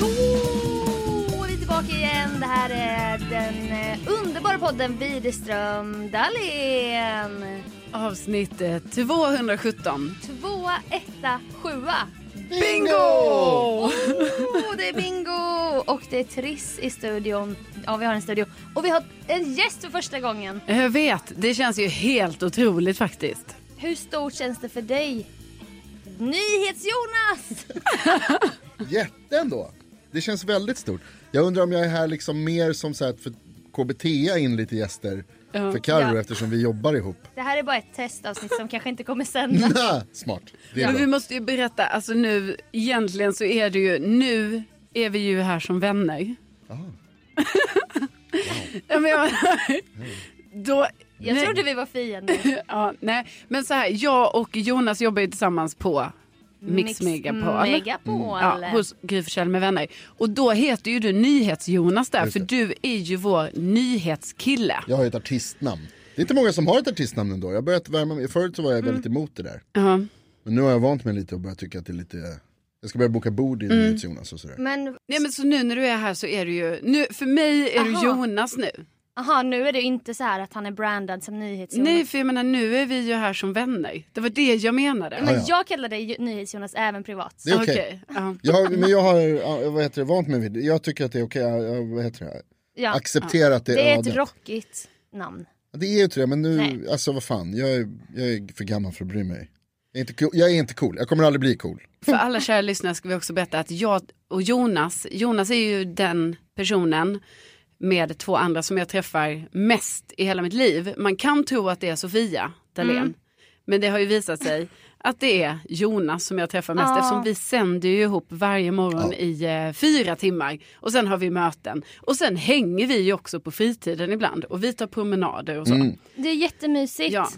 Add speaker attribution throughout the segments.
Speaker 1: Då är vi tillbaka igen. Det här är den eh, underbara podden Widerström Dahlén.
Speaker 2: Avsnitt eh, 217.
Speaker 1: 2, 1, 7.
Speaker 2: Bingo!
Speaker 1: Oh, det är bingo! Och det är Triss i studion. Ja, vi har en studio. Och vi har en gäst för första gången.
Speaker 2: Jag vet, det känns ju helt otroligt faktiskt.
Speaker 1: Hur stort känns det för dig? Nyhets-Jonas!
Speaker 3: Jätte ändå. Det känns väldigt stort. Jag undrar om jag är här liksom mer som så här för KBT in lite gäster för Carro
Speaker 1: Ja.
Speaker 3: eftersom vi jobbar ihop.
Speaker 1: Det här är bara ett testavsnitt som kanske inte kommer sändas.
Speaker 3: Ah, smart. Det är
Speaker 2: Men vi
Speaker 3: bra.
Speaker 2: måste ju berätta, alltså nu, egentligen så är det ju, nu är vi ju här som vänner. ja, men jag, då,
Speaker 1: Jag
Speaker 2: nej,
Speaker 1: trodde vi var fiender.
Speaker 2: ja, nej, men så här, jag och Jonas jobbar ju tillsammans på Mix, Megapol.
Speaker 1: Megapol.
Speaker 2: Ja, hos Gry Forssell med vänner. Och då heter ju du NyhetsJonas där, för du är ju vår nyhetskille.
Speaker 3: Jag har ett artistnamn. Det är inte många som har ett artistnamn ändå. Jag har börjat värma mig. Förut så var jag väldigt
Speaker 1: Mm.
Speaker 3: emot det där.
Speaker 2: Ja.
Speaker 3: Men nu har jag vant mig lite och börjat tycka att det är lite... Jag ska börja boka bord i
Speaker 1: Mm.
Speaker 3: NyhetsJonas och sådär.
Speaker 1: Men
Speaker 2: Nej men så nu när du är här så är du ju, nu, för mig är
Speaker 1: Aha.
Speaker 2: du Jonas nu.
Speaker 1: aha, nu är det inte så här att han är brandad som NyhetsJonas.
Speaker 2: Nej för jag menar nu är vi ju här som vänner. Det var det jag menade.
Speaker 1: Men
Speaker 3: Ah, Ja, ja.
Speaker 1: jag kallar dig ju- NyhetsJonas även privat.
Speaker 3: Det är okej.
Speaker 2: Okej. Ja.
Speaker 3: Jag har, men jag har, ja, vad heter det, vant mig vid det. Jag tycker att det är okej, jag- jag- vad heter det,
Speaker 1: Ja.
Speaker 3: accepterat det.
Speaker 1: Det är ett
Speaker 3: ödet.
Speaker 1: rockigt namn.
Speaker 3: Det är ju inte det, men nu,
Speaker 1: Nej.
Speaker 3: alltså vad fan, jag är, jag är för gammal för att bry mig. Jag är, inte cool. jag är inte cool, jag kommer aldrig bli cool.
Speaker 2: För alla kära lyssnare ska vi också berätta att jag och Jonas, Jonas är ju den personen med två andra som jag träffar mest i hela mitt liv. Man kan tro att det är Sofia Dalén. Men det har ju visat sig att det är Jonas som jag träffar mest
Speaker 1: Ja.
Speaker 2: eftersom vi sänder ju ihop varje morgon i eh, fyra timmar och sen har vi möten och sen hänger vi ju också på fritiden ibland och vi tar promenader och så.
Speaker 1: Det är jättemysigt.
Speaker 2: Ja.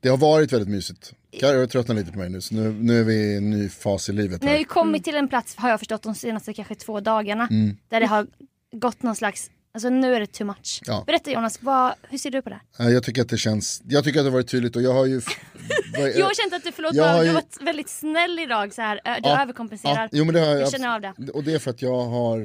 Speaker 3: Det har varit väldigt mysigt. Carro tröttnar lite på mig nu, så nu, nu är vi i en ny fas i livet.
Speaker 1: Ni har ju
Speaker 3: Här.
Speaker 1: kommit till en plats, har jag förstått, de senaste kanske två dagarna.
Speaker 3: Mm.
Speaker 1: Där det har gått någon slags, alltså nu är det too much.
Speaker 3: Ja. Eh,
Speaker 1: Berätta Jonas, vad, hur ser du på det?
Speaker 3: Nej, Jag tycker att det känns, jag tycker att det har varit tydligt och jag har ju... vad-
Speaker 1: Jag har känt att du, förlåt,
Speaker 3: Jag
Speaker 1: jag
Speaker 3: har
Speaker 1: har
Speaker 3: ju-
Speaker 1: varit väldigt snäll idag så här. Ö, Du
Speaker 3: Ja,
Speaker 1: överkompenserar.
Speaker 3: ja, jo, men det har jag,
Speaker 1: Jag känner av det.
Speaker 3: Och det är för att jag har,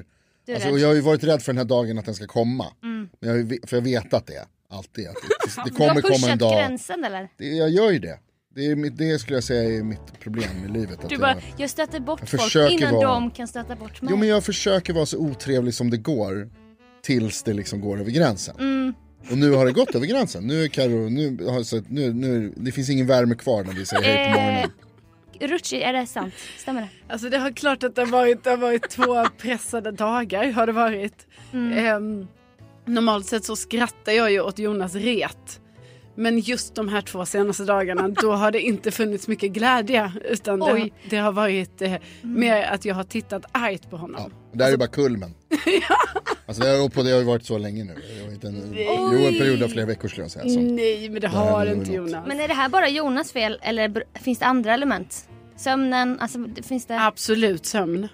Speaker 1: Du är
Speaker 3: alltså,
Speaker 1: rädd. Mm.
Speaker 3: och jag har ju varit rädd för den här dagen att den ska komma. Men jag, har ju ve- för jag vet att det är, alltid. Att det, det
Speaker 1: Du har
Speaker 3: kommer komma en
Speaker 1: pushat
Speaker 3: dag.
Speaker 1: gränsen eller?
Speaker 3: Det, jag gör ju det. Det, är, mitt- det skulle jag säga är mitt problem i livet. att
Speaker 1: Du
Speaker 3: jag-
Speaker 1: bara, jag stöter bort
Speaker 3: Jag
Speaker 1: folk
Speaker 3: försöker
Speaker 1: innan
Speaker 3: vara-
Speaker 1: de kan stöta bort mig.
Speaker 3: Jo men jag försöker vara så otrevlig som det går tills det liksom går över gränsen.
Speaker 1: Mm.
Speaker 3: Och nu har det gått över gränsen. Nu är Karo, nu, har- så att nu, nu, det finns ingen värme kvar när vi säger hej på
Speaker 1: Eh,
Speaker 3: morgonen.
Speaker 1: Rucci, är det sant? Stämmer det?
Speaker 2: Alltså det har klart att det har varit, det har varit två pressade dagar har det
Speaker 1: Mm.
Speaker 2: varit. Ehm, normalt sett så skrattar jag ju åt Jonas ret. Men just de här två senaste dagarna då har det inte funnits mycket glädje utan det,
Speaker 1: Oj. Mm.
Speaker 2: det har varit eh, mer att jag har tittat argt på honom.
Speaker 3: Det här är bara kulmen. Alltså det, har, och på det har ju varit så länge nu. Det var inte en, jo, en period av flera veckor skulle jag säga.
Speaker 1: Mm.
Speaker 3: Så.
Speaker 2: Nej men det
Speaker 3: här
Speaker 2: har
Speaker 3: är
Speaker 2: inte
Speaker 3: något.
Speaker 2: Jonas.
Speaker 1: Men är det här bara Jonas fel eller br- finns det andra element? Sömnen, alltså det- finns det?
Speaker 2: Absolut sömn.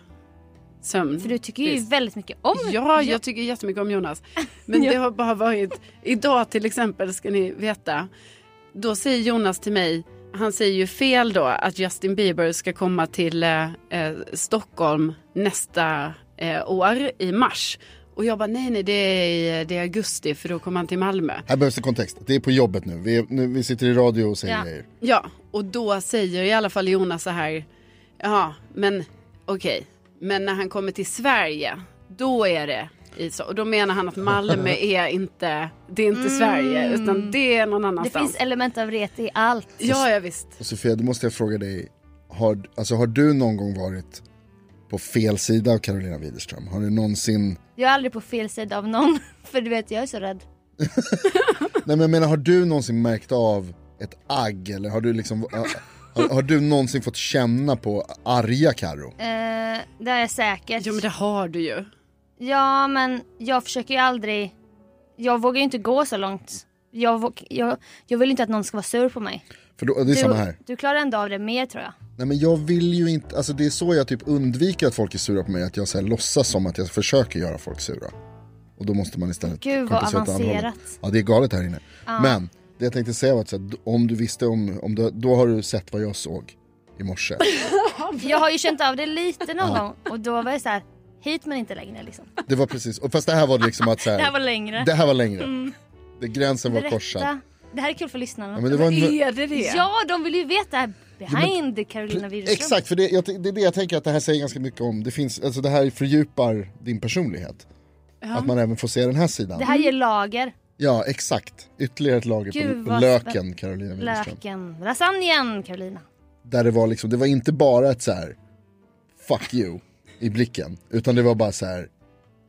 Speaker 2: Sömn.
Speaker 1: För du tycker ju
Speaker 2: Visst.
Speaker 1: väldigt mycket om
Speaker 2: Ja, jag tycker jättemycket om Jonas. Men det har bara varit, idag till exempel ska ni veta, då säger Jonas till mig, han säger ju fel då att Justin Bieber ska komma till eh, eh, Stockholm nästa eh, år i mars. Och jag bara nej, nej, det är, i- det är augusti för då kommer han till Malmö.
Speaker 3: Här behövs det kontext. Det är på jobbet nu. Vi, är, nu, vi sitter i radio och säger
Speaker 1: Ja.
Speaker 3: grejer.
Speaker 2: Ja, och då säger i alla fall Jonas så här, ja, men okej, men när han kommer till Sverige, då är det i så. Och då menar han att Malmö är inte, det är inte Sverige, utan det är någon
Speaker 1: Det
Speaker 2: annanstans.
Speaker 1: finns element av ret i allt.
Speaker 2: Ja, ja visst.
Speaker 3: Och Sofia, då måste jag fråga dig. Har, alltså, har du någon gång varit på fel sida av Carolina Widerström? Har du någonsin...
Speaker 1: Jag är aldrig på fel sida av någon. För du vet, jag är så rädd.
Speaker 3: Nej men jag menar, har du någonsin märkt av ett agg? Eller har du liksom... Har, har du någonsin fått känna på arga Karo?
Speaker 1: Eh, det är jag säkert.
Speaker 2: Jo, men det har du ju.
Speaker 1: Ja, men jag försöker ju aldrig... Jag vågar ju inte gå så långt. Jag, våg... jag... jag vill inte att någon ska vara sur på mig.
Speaker 3: För då, det är samma här.
Speaker 1: Du, du klarar ändå av det mer tror jag.
Speaker 3: Nej men jag vill ju inte, alltså det är så jag typ undviker att folk är sura på mig, att jag så här låtsas som att jag försöker göra folk sura. Och då måste man istället
Speaker 1: Gud, vad
Speaker 3: kompensera åt andra hållet.
Speaker 1: avancerat.
Speaker 3: Ja det är galet här inne. Men det jag tänkte säga var att så här, om du visste om, om du, då har du sett vad jag såg i morse.
Speaker 1: Jag har ju känt av det lite någon gång och då var jag så här, hit men inte längre liksom.
Speaker 3: Det var precis, och fast det här var liksom att så här,
Speaker 1: Det här var längre. Mm.
Speaker 3: det här var längre. Det, gränsen var korsad.
Speaker 1: Berätta. Det här är kul för
Speaker 3: Ja,
Speaker 1: lyssnarna.
Speaker 3: men det var en,
Speaker 2: Är det det?
Speaker 1: Ja, de vill ju veta behind Carolina Widerström.
Speaker 3: Exakt, för det, jag, det är det jag tänker att det här säger ganska mycket om. Det, finns, alltså det här fördjupar din personlighet. Att man även får se den här sidan.
Speaker 1: Det här ger lager.
Speaker 3: Ja, exakt. Ytterligare ett lager
Speaker 1: Gud,
Speaker 3: på
Speaker 1: vad
Speaker 3: löken, Carolina Widerström.
Speaker 1: Löken, lasagnen Carolina.
Speaker 3: Där det var liksom, det var inte bara ett så här fuck you i blicken, utan det var bara så här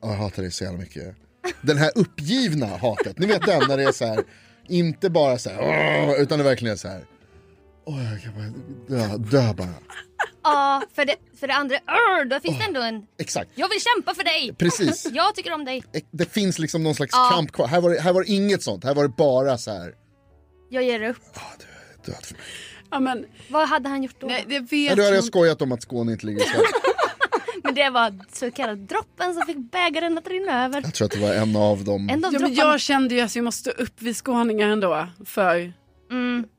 Speaker 3: "Ja, jag hatar dig så jävla mycket. Den här uppgivna hatet, ni vet den när det är så här inte bara så här "Åh", utan det verkligen är så här åh, jag kan bara dö, dö bara.
Speaker 1: Ja, för det, för det andra, "Arr", då finns det ändå en...
Speaker 3: Exakt,
Speaker 1: Jag vill kämpa för dig!
Speaker 3: precis.
Speaker 1: Jag tycker om dig.
Speaker 3: Det finns liksom någon slags
Speaker 1: Ja.
Speaker 3: kamp kvar. Här var, det, här var det inget sånt, här var det bara så här
Speaker 1: Jag ger upp.
Speaker 3: död för mig.
Speaker 2: Ja, men,
Speaker 1: Vad hade han gjort då?
Speaker 2: nej, det
Speaker 3: Men
Speaker 2: vet
Speaker 3: du har
Speaker 2: jag
Speaker 3: jag
Speaker 2: inte.
Speaker 3: skojat om att Skåne inte ligger i Sverige.
Speaker 1: Men det var så kallad droppen som fick bägaren att rinna över.
Speaker 3: Jag tror att det var en av dem.
Speaker 1: En av
Speaker 2: Ja, men
Speaker 1: dropparna.
Speaker 2: jag kände ju att jag måste stå upp vid skåningar ändå för,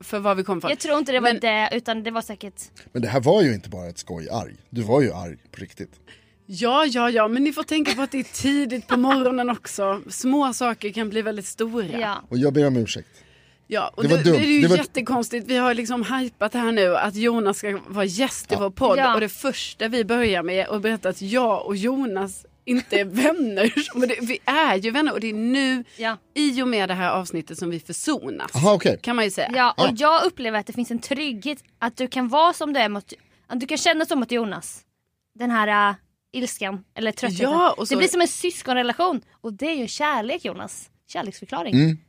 Speaker 2: för vad vi kom för.
Speaker 1: Jag tror inte det var
Speaker 2: Men-
Speaker 1: det utan det var säkert...
Speaker 3: Men det här var ju inte bara ett skoj arg. Du var ju arg på riktigt.
Speaker 2: Ja, ja, ja, men ni får tänka på att det är tidigt på morgonen också. Små saker kan bli väldigt stora.
Speaker 1: Ja.
Speaker 3: Och jag ber om ursäkt.
Speaker 2: Ja, och
Speaker 3: Det
Speaker 2: det,
Speaker 3: var
Speaker 2: det,
Speaker 3: dumt.
Speaker 2: är ju
Speaker 3: Det var-
Speaker 2: jättekonstigt. Vi har liksom hypat det här nu att Jonas ska vara gäst i vår podd.
Speaker 1: Ja.
Speaker 2: Och det första vi börjar med är att berätta att jag och Jonas inte är vänner. Men det, vi är ju vänner och det är nu
Speaker 1: Ja.
Speaker 2: i och med det här avsnittet som vi försonas.
Speaker 3: Jaha okej.
Speaker 2: Kan man ju säga.
Speaker 1: Ja, och jag upplever att det finns en trygghet att du kan vara som du är mot, att du kan känna som mot Jonas. Den här äh, ilskan eller tröttheten.
Speaker 2: Ja, och så-
Speaker 1: Det blir som en syskonrelation och det är ju kärlek Jonas. Kärleksförklaring.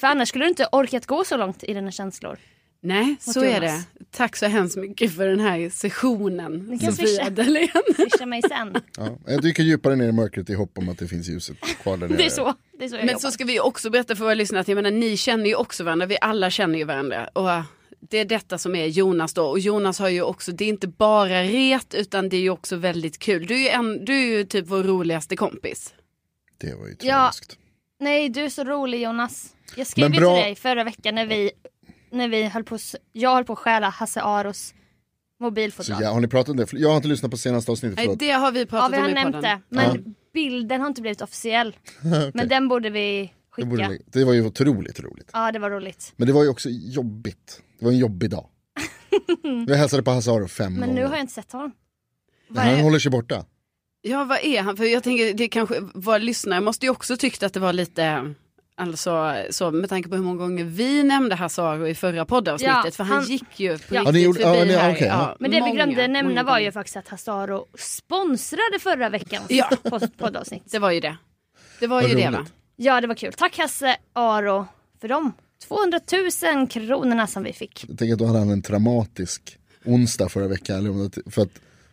Speaker 1: För annars skulle du inte orkat gå så långt i dina känslor.
Speaker 2: Nej, så
Speaker 1: Jonas.
Speaker 2: är det. Tack så hemskt mycket för den här sessionen.
Speaker 1: kan
Speaker 2: Sofia
Speaker 1: swisha.
Speaker 2: Dalén.
Speaker 1: Swisha mig sen.
Speaker 3: Ja. Jag dyker djupare ner i mörkret i hopp om att det finns ljuset kvar där nere.
Speaker 1: Det är så, det är så jag
Speaker 2: Men
Speaker 1: jobbar.
Speaker 2: så ska vi också berätta för våra lyssnare att jag menar, ni känner ju också varandra, vi alla känner ju varandra. Och äh, det är detta som är Jonas då. Och Jonas har ju också, det är inte bara ret utan det är ju också väldigt kul. Du är ju, en, du är ju typ vår roligaste kompis.
Speaker 3: Det var ju
Speaker 1: Ja.
Speaker 3: tragiskt.
Speaker 1: Nej du är så rolig Jonas. Jag skrev
Speaker 3: Men
Speaker 1: ju
Speaker 3: bra-
Speaker 1: till dig förra veckan när vi, när vi höll på, s- jag höll på att stjäla Hasse Aros
Speaker 3: Så
Speaker 1: mobilfodral.
Speaker 3: ja, har ni pratat om det? För Jag har inte lyssnat på senaste avsnittet.
Speaker 2: Nej,
Speaker 3: Förlåt.
Speaker 2: det har vi
Speaker 1: Ja
Speaker 2: pratat
Speaker 1: vi har
Speaker 2: om i
Speaker 1: nämnt
Speaker 2: podden.
Speaker 1: det. Men bilden har inte blivit officiell. Men den borde vi
Speaker 3: Det,
Speaker 1: skicka.
Speaker 3: borde, lägga- det var ju otroligt roligt.
Speaker 1: Ja det var roligt.
Speaker 3: Men det var ju också jobbigt. Det var en jobbig dag. Jag hälsade på Hasse Aro fem
Speaker 1: Men
Speaker 3: gånger.
Speaker 1: nu har jag inte sett honom.
Speaker 3: Nej, Han håller sig borta.
Speaker 2: Ja, vad är han? För jag tänker, det kanske, våra lyssnare måste ju också tyckt att det var lite, alltså så med tanke på hur många gånger vi nämnde Hasse Aro i förra poddavsnittet.
Speaker 1: Ja,
Speaker 2: för han,
Speaker 1: han-
Speaker 2: gick ju på
Speaker 1: Ja.
Speaker 3: Ja, ni
Speaker 2: riktigt
Speaker 3: gjorde- ja,
Speaker 2: förbi
Speaker 3: ni-
Speaker 2: här.
Speaker 3: okej, ja.
Speaker 1: Men det vi
Speaker 2: många,
Speaker 1: glömde nämna
Speaker 2: många
Speaker 1: var ju
Speaker 2: gånger.
Speaker 1: faktiskt att Hasaro sponsrade förra veckans
Speaker 2: Ja.
Speaker 1: podd- poddavsnitt.
Speaker 2: Det var ju det. Det var
Speaker 3: Vad
Speaker 2: ju det va?
Speaker 3: roligt.
Speaker 1: Ja det var kul. Tack Hasse Aro för dem. 200 000 kronorna som vi fick.
Speaker 3: Jag tänker att då hade han en traumatisk onsdag förra veckan. eller om det- För att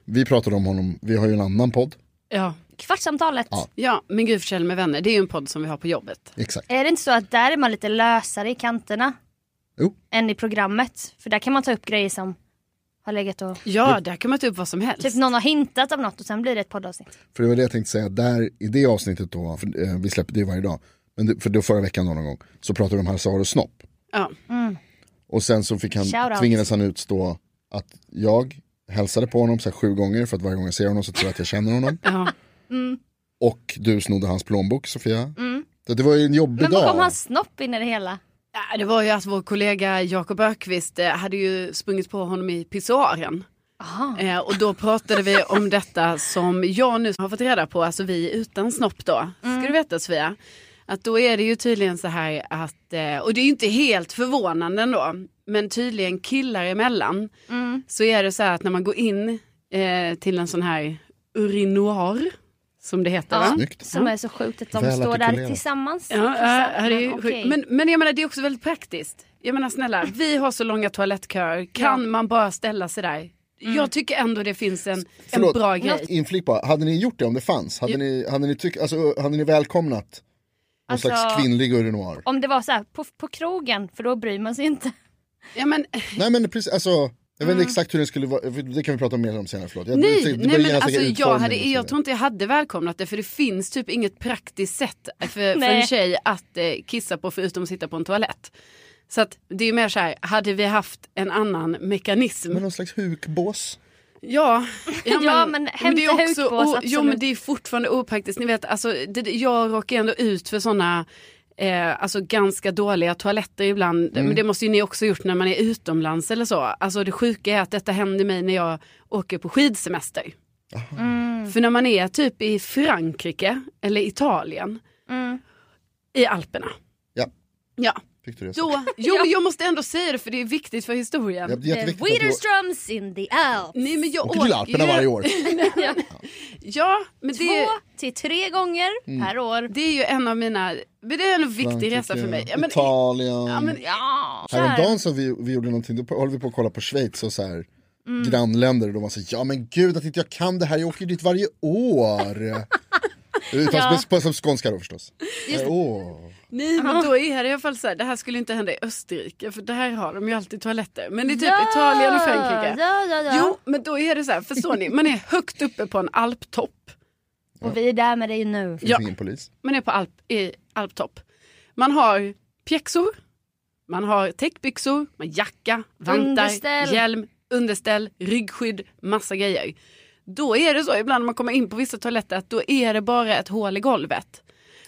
Speaker 3: vi pratade om honom, vi har ju en annan podd.
Speaker 2: Ja.
Speaker 1: Kvartssamtalet.
Speaker 3: Ja.
Speaker 2: ja, men gud försäljning med vänner, det är ju en podd som vi har på jobbet.
Speaker 3: Exakt.
Speaker 1: Är det inte så att där är man lite lösare i kanterna
Speaker 3: Jo.
Speaker 1: än i programmet? För där kan man ta upp grejer som har legat och...
Speaker 2: Ja, där kan man ta upp vad som helst.
Speaker 1: Typ någon har hintat om något och sen blir det ett poddavsnitt.
Speaker 3: För det var det jag tänkte säga, där i det avsnittet då, för, eh, vi släpper det varje dag, men det, för det var förra veckan då någon gång, så pratade vi om Hasse och Snopp.
Speaker 2: Ja.
Speaker 3: Och sen så fick han,
Speaker 1: Shoutout.
Speaker 3: tvingades han utstå att jag hälsade på honom så här, sju gånger för att varje gång jag ser honom så tror jag att jag känner honom.
Speaker 2: Ja.
Speaker 3: Och du snodde hans plånbok Sofia. Så det var ju en jobbig
Speaker 1: Men var
Speaker 3: dag.
Speaker 1: kom hans snopp in i det hela?
Speaker 2: Ja, Äh, Det var ju att vår kollega Jakob Ökvist eh, hade ju sprungit på honom i pissoaren. Eh, och då pratade vi om detta som jag nu har fått reda på, alltså vi utan snopp då. Ska du veta Sofia? Att då är det ju tydligen så här att, eh, och det är ju inte helt förvånande ändå, men tydligen killar emellan så är det så här att när man går in eh, till en sån här urinoir, som det heter va?
Speaker 3: Snyggt.
Speaker 1: Som är så sjukt att de
Speaker 3: Väl
Speaker 1: står där
Speaker 3: artikulerat.
Speaker 1: tillsammans.
Speaker 2: Ja, ja, det är ju
Speaker 1: Okej.
Speaker 2: sjukt. men, men jag menar det är också väldigt praktiskt. Jag menar snälla, vi har så långa toalettköer, kan man bara ställa sig där?
Speaker 1: Mm.
Speaker 2: Jag tycker ändå det finns en, en
Speaker 3: Förlåt.
Speaker 2: bra grej.
Speaker 3: Inflik bara, hade ni gjort det om det fanns? Hade,
Speaker 2: Jo.
Speaker 3: ni, hade, ni, tyck, alltså, hade ni välkomnat någon
Speaker 1: Alltså-
Speaker 3: slags kvinnlig urinoir?
Speaker 1: Om det var så här på, på krogen, för då bryr man sig inte.
Speaker 2: Ja, men,
Speaker 3: Nej men precis, alltså, jag vet inte exakt hur det skulle vara, det kan vi prata om mer om senare, förlåt. Jag, det-
Speaker 2: nej,
Speaker 3: det
Speaker 2: nej
Speaker 3: var ju
Speaker 2: men
Speaker 3: en säker
Speaker 2: alltså, jag,
Speaker 3: utformning
Speaker 2: hade,
Speaker 3: och så
Speaker 2: jag tror inte jag hade välkomnat det för det finns typ inget praktiskt sätt för, för
Speaker 1: Nej.
Speaker 2: en tjej att eh, kissa på förutom att sitta på en toalett. Så att det är ju mer så här, hade vi haft en annan mekanism
Speaker 3: Men någon slags hukbås?
Speaker 2: Ja,
Speaker 1: Ja, men
Speaker 2: det är
Speaker 1: hämta
Speaker 2: också,
Speaker 1: huk på oss,
Speaker 2: o- Jo men
Speaker 1: absolut.
Speaker 2: det är fortfarande opraktiskt. Ni vet, alltså, det- det, jag råkar ändå ut för sådana eh, alltså, ganska dåliga toaletter ibland.
Speaker 3: Mm.
Speaker 2: Men det måste ju ni också ha gjort när man är utomlands eller så. Alltså det sjuka är att detta händer mig när jag åker på skidsemester.
Speaker 1: Mm.
Speaker 2: För när man är typ i Frankrike eller Italien
Speaker 1: Mm.
Speaker 2: i Alperna.
Speaker 3: Ja,
Speaker 2: Ja,
Speaker 3: fick du det?
Speaker 2: då, jo men jag måste ändå säga det för det är viktigt för historien.
Speaker 3: Ja, det är
Speaker 1: The
Speaker 3: jätteviktigt att du
Speaker 1: Widerströms in the Alps.
Speaker 2: Nej, men jag
Speaker 3: åker till Alperna
Speaker 2: ju-
Speaker 3: varje år.
Speaker 2: Ja, men det...
Speaker 1: Två till tre gånger
Speaker 3: Mm.
Speaker 1: per år.
Speaker 2: Det är ju en av mina, men det är en viktig resa för mig. Ja, men,
Speaker 3: Italien.
Speaker 2: ja, men,
Speaker 1: Ja,
Speaker 3: Häromdagen så vi, vi gjorde någonting, då höll vi på att kolla på Schweiz och så här grannländer och de var så här, ja men gud att inte jag kan det här, jag åker ju dit varje år. Utan som, som skånska då förstås. Eh, Åh.
Speaker 2: nej, men då är det i alla fall så här, det här skulle inte hända i Österrike för där har de ju alltid toaletter. Men det är typ
Speaker 1: Ja,
Speaker 2: Italien och Frankrike.
Speaker 1: Ja, ja, ja.
Speaker 2: Jo, men då är det så här, förstår ni, man är högt uppe på en alptopp.
Speaker 1: Och vi är där med dig nu.
Speaker 3: Finns
Speaker 2: Ja.
Speaker 3: ingen polis.
Speaker 2: Man är på alp, i alptopp. Man har pjäxor, man har täckbyxor, man har jacka, vantar,
Speaker 1: Underställ.
Speaker 2: hjälm, underställ, ryggskydd, massa grejer. Då är det så ibland när man kommer in på vissa toaletter att då är det bara ett hål i golvet.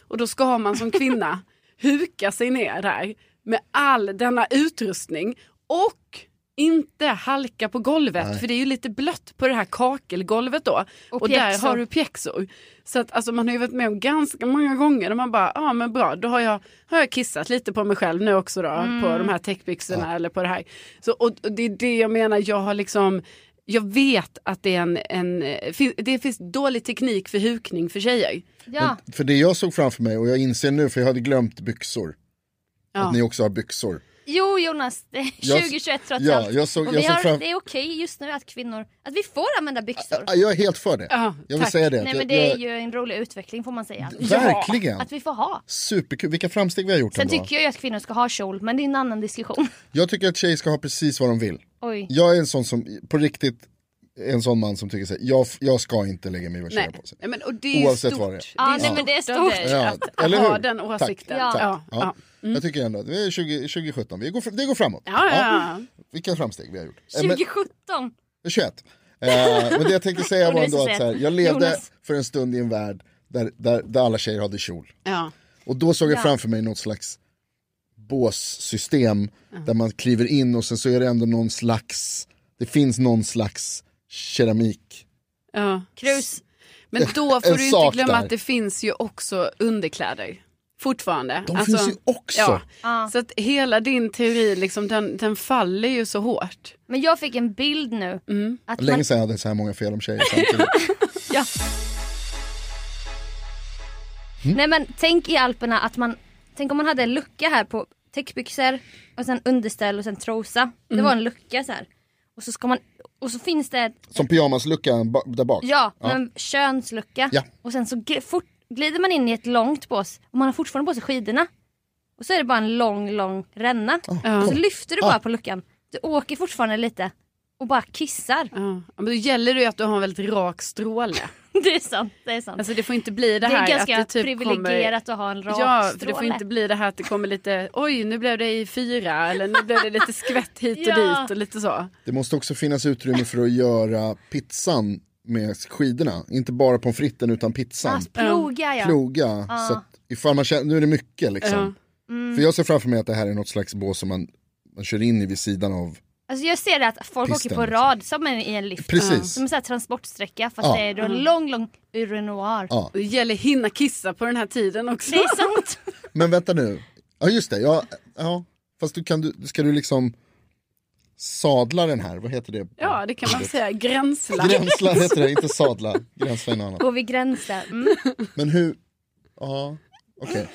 Speaker 2: Och då ska man som kvinna huka sig ner där med all denna utrustning och inte halka på golvet för det är ju lite blött på det här kakelgolvet då. Och, där
Speaker 1: pjäxor.
Speaker 2: har du pjäxor. Så att alltså, man har ju varit med om ganska många gånger när man bara, ja ah, men bra då har jag, har jag kissat lite på mig själv nu också då på de här täckbyxorna eller på det här. Så, och, och det är det jag menar, jag har liksom jag vet att det, är en, en, eh, fin- det finns dålig teknik för hukning för tjejer.
Speaker 1: Ja.
Speaker 3: För det jag såg framför mig och jag inser nu för jag hade glömt byxor. Att ni också har byxor.
Speaker 1: Jo Jonas, det är
Speaker 3: Jag-
Speaker 1: 2021 trots
Speaker 3: ja,
Speaker 1: allt.
Speaker 3: jag såg-
Speaker 1: Och
Speaker 3: jag
Speaker 1: vi
Speaker 3: såg
Speaker 1: har,
Speaker 3: fram-
Speaker 1: Det är okej just nu att kvinnor, att vi får använda byxor.
Speaker 3: Ja, Jag är helt för det.
Speaker 2: Ja,
Speaker 3: jag vill
Speaker 2: tack.
Speaker 3: säga det.
Speaker 1: Nej
Speaker 3: Jag-
Speaker 1: men det är
Speaker 3: jag-
Speaker 1: ju en rolig utveckling får man säga.
Speaker 3: Verkligen.
Speaker 1: Ja, att vi får ha.
Speaker 3: Superkul, vilka framsteg vi har gjort
Speaker 1: Sen
Speaker 3: ändå.
Speaker 1: tycker jag ju att kvinnor ska ha kjol, men det är en annan diskussion.
Speaker 3: Jag tycker att tjejer ska ha precis vad de vill.
Speaker 1: Oj.
Speaker 3: Jag är en sån som, på riktigt, är en sån man som tycker så här, jag, jag ska inte lägga mig i vad
Speaker 2: Nej.
Speaker 3: tjejer har på sig.
Speaker 2: Nej, men, och det är ju
Speaker 3: Oavsett
Speaker 2: stort.
Speaker 3: vad det är.
Speaker 1: Ja, nej, men det är
Speaker 2: av
Speaker 1: stort.
Speaker 2: dig
Speaker 3: Ja,
Speaker 2: att, att
Speaker 3: eller hur?
Speaker 2: ha den
Speaker 3: Tack,
Speaker 2: åsikten.
Speaker 1: tack.
Speaker 2: Ja,
Speaker 3: Ja.
Speaker 2: ja. Mm.
Speaker 3: Jag tycker ändå att det är 20, 2017, vi går, fr- det går framåt.
Speaker 2: Ja, ja, ja.
Speaker 3: Vilka framsteg vi har gjort. Eh,
Speaker 1: 2017!
Speaker 3: Men, 21. Eh, men det jag tänkte säga
Speaker 1: Och du
Speaker 3: var
Speaker 1: är
Speaker 3: ändå
Speaker 1: så
Speaker 3: att
Speaker 1: söt.
Speaker 3: så här, jag levde
Speaker 1: Jonas.
Speaker 3: för en stund i en värld där, där, där alla tjejer hade kjol.
Speaker 2: ja.
Speaker 3: Och då såg jag framför mig något slags båssystem där man kliver in och sen så är det ändå någon slags, det finns någon slags keramik.
Speaker 2: ja.
Speaker 1: Krus.
Speaker 2: Men då får
Speaker 3: en
Speaker 2: du ju
Speaker 3: sak
Speaker 2: inte glömma
Speaker 3: där.
Speaker 2: att det finns ju också underkläder. Fortfarande. Alltså,
Speaker 3: De finns ju också.
Speaker 2: Ja. Så att hela din teori, liksom, den, den faller ju så hårt.
Speaker 1: Men jag fick en bild nu. Att man,
Speaker 3: Länge sedan jag hade så här många fel om tjejer samtidigt.
Speaker 1: nej men tänk i Alperna att man, tänk om man hade en lucka här på, täckbyxor och sen underställ och sen trosa. Det var en lucka så här. Och så ska man, och så finns det ett
Speaker 3: Som pyjamasluckan ba- där bak?
Speaker 1: Ja, men könslucka.
Speaker 3: Ja.
Speaker 1: Och sen så gl- fort, glider man in i ett långt bås och man har fortfarande på sig skidorna. Och så är det bara en lång, lång ränna. Och så lyfter du bara på luckan. Du åker fortfarande lite och bara kissar.
Speaker 2: Ja, men då gäller det ju att du har en väldigt rak stråle.
Speaker 1: Det är sant, det är sant.
Speaker 2: Alltså det får inte bli det
Speaker 1: det,
Speaker 2: här
Speaker 1: är ganska
Speaker 2: att det typ kommer...
Speaker 1: privilegierat att ha en rak
Speaker 2: Ja, för det
Speaker 1: stråle.
Speaker 2: får inte bli det här att det kommer lite, oj nu blev det i fyra eller nu blev det lite skvätt hit och
Speaker 1: Ja.
Speaker 2: dit och lite så.
Speaker 3: Det måste också finnas utrymme för att göra pizzan med skidorna. Inte bara pommes fritesen utan pizzan.
Speaker 1: Alltså, ploga ja.
Speaker 3: Ploga. Så att ifall man känner, nu är det mycket liksom. För jag ser framför mig att det här är något slags bås som man, man kör in i vid sidan av.
Speaker 1: Alltså jag ser det att folk
Speaker 3: Pisten,
Speaker 1: åker på
Speaker 3: liksom.
Speaker 1: rad som en, i en lift.
Speaker 3: Precis.
Speaker 1: Som en sån här transportsträcka fast
Speaker 3: Ja.
Speaker 1: det är då
Speaker 2: Mm.
Speaker 1: en lång, lång urinoir.
Speaker 3: Ja.
Speaker 2: Och det gäller hinna kissa på den här tiden också.
Speaker 1: Det är sant.
Speaker 3: Men vänta nu. Ja just det, ja. ja. Fast du kan, du, ska du liksom sadla den här, vad heter det?
Speaker 2: Ja, det kan man säga. Gränsla.
Speaker 3: Gränsla heter det, inte sadla. Gränsla är något annat.
Speaker 1: Går vi gränsen. Mm.
Speaker 3: Men hur, ja, okej.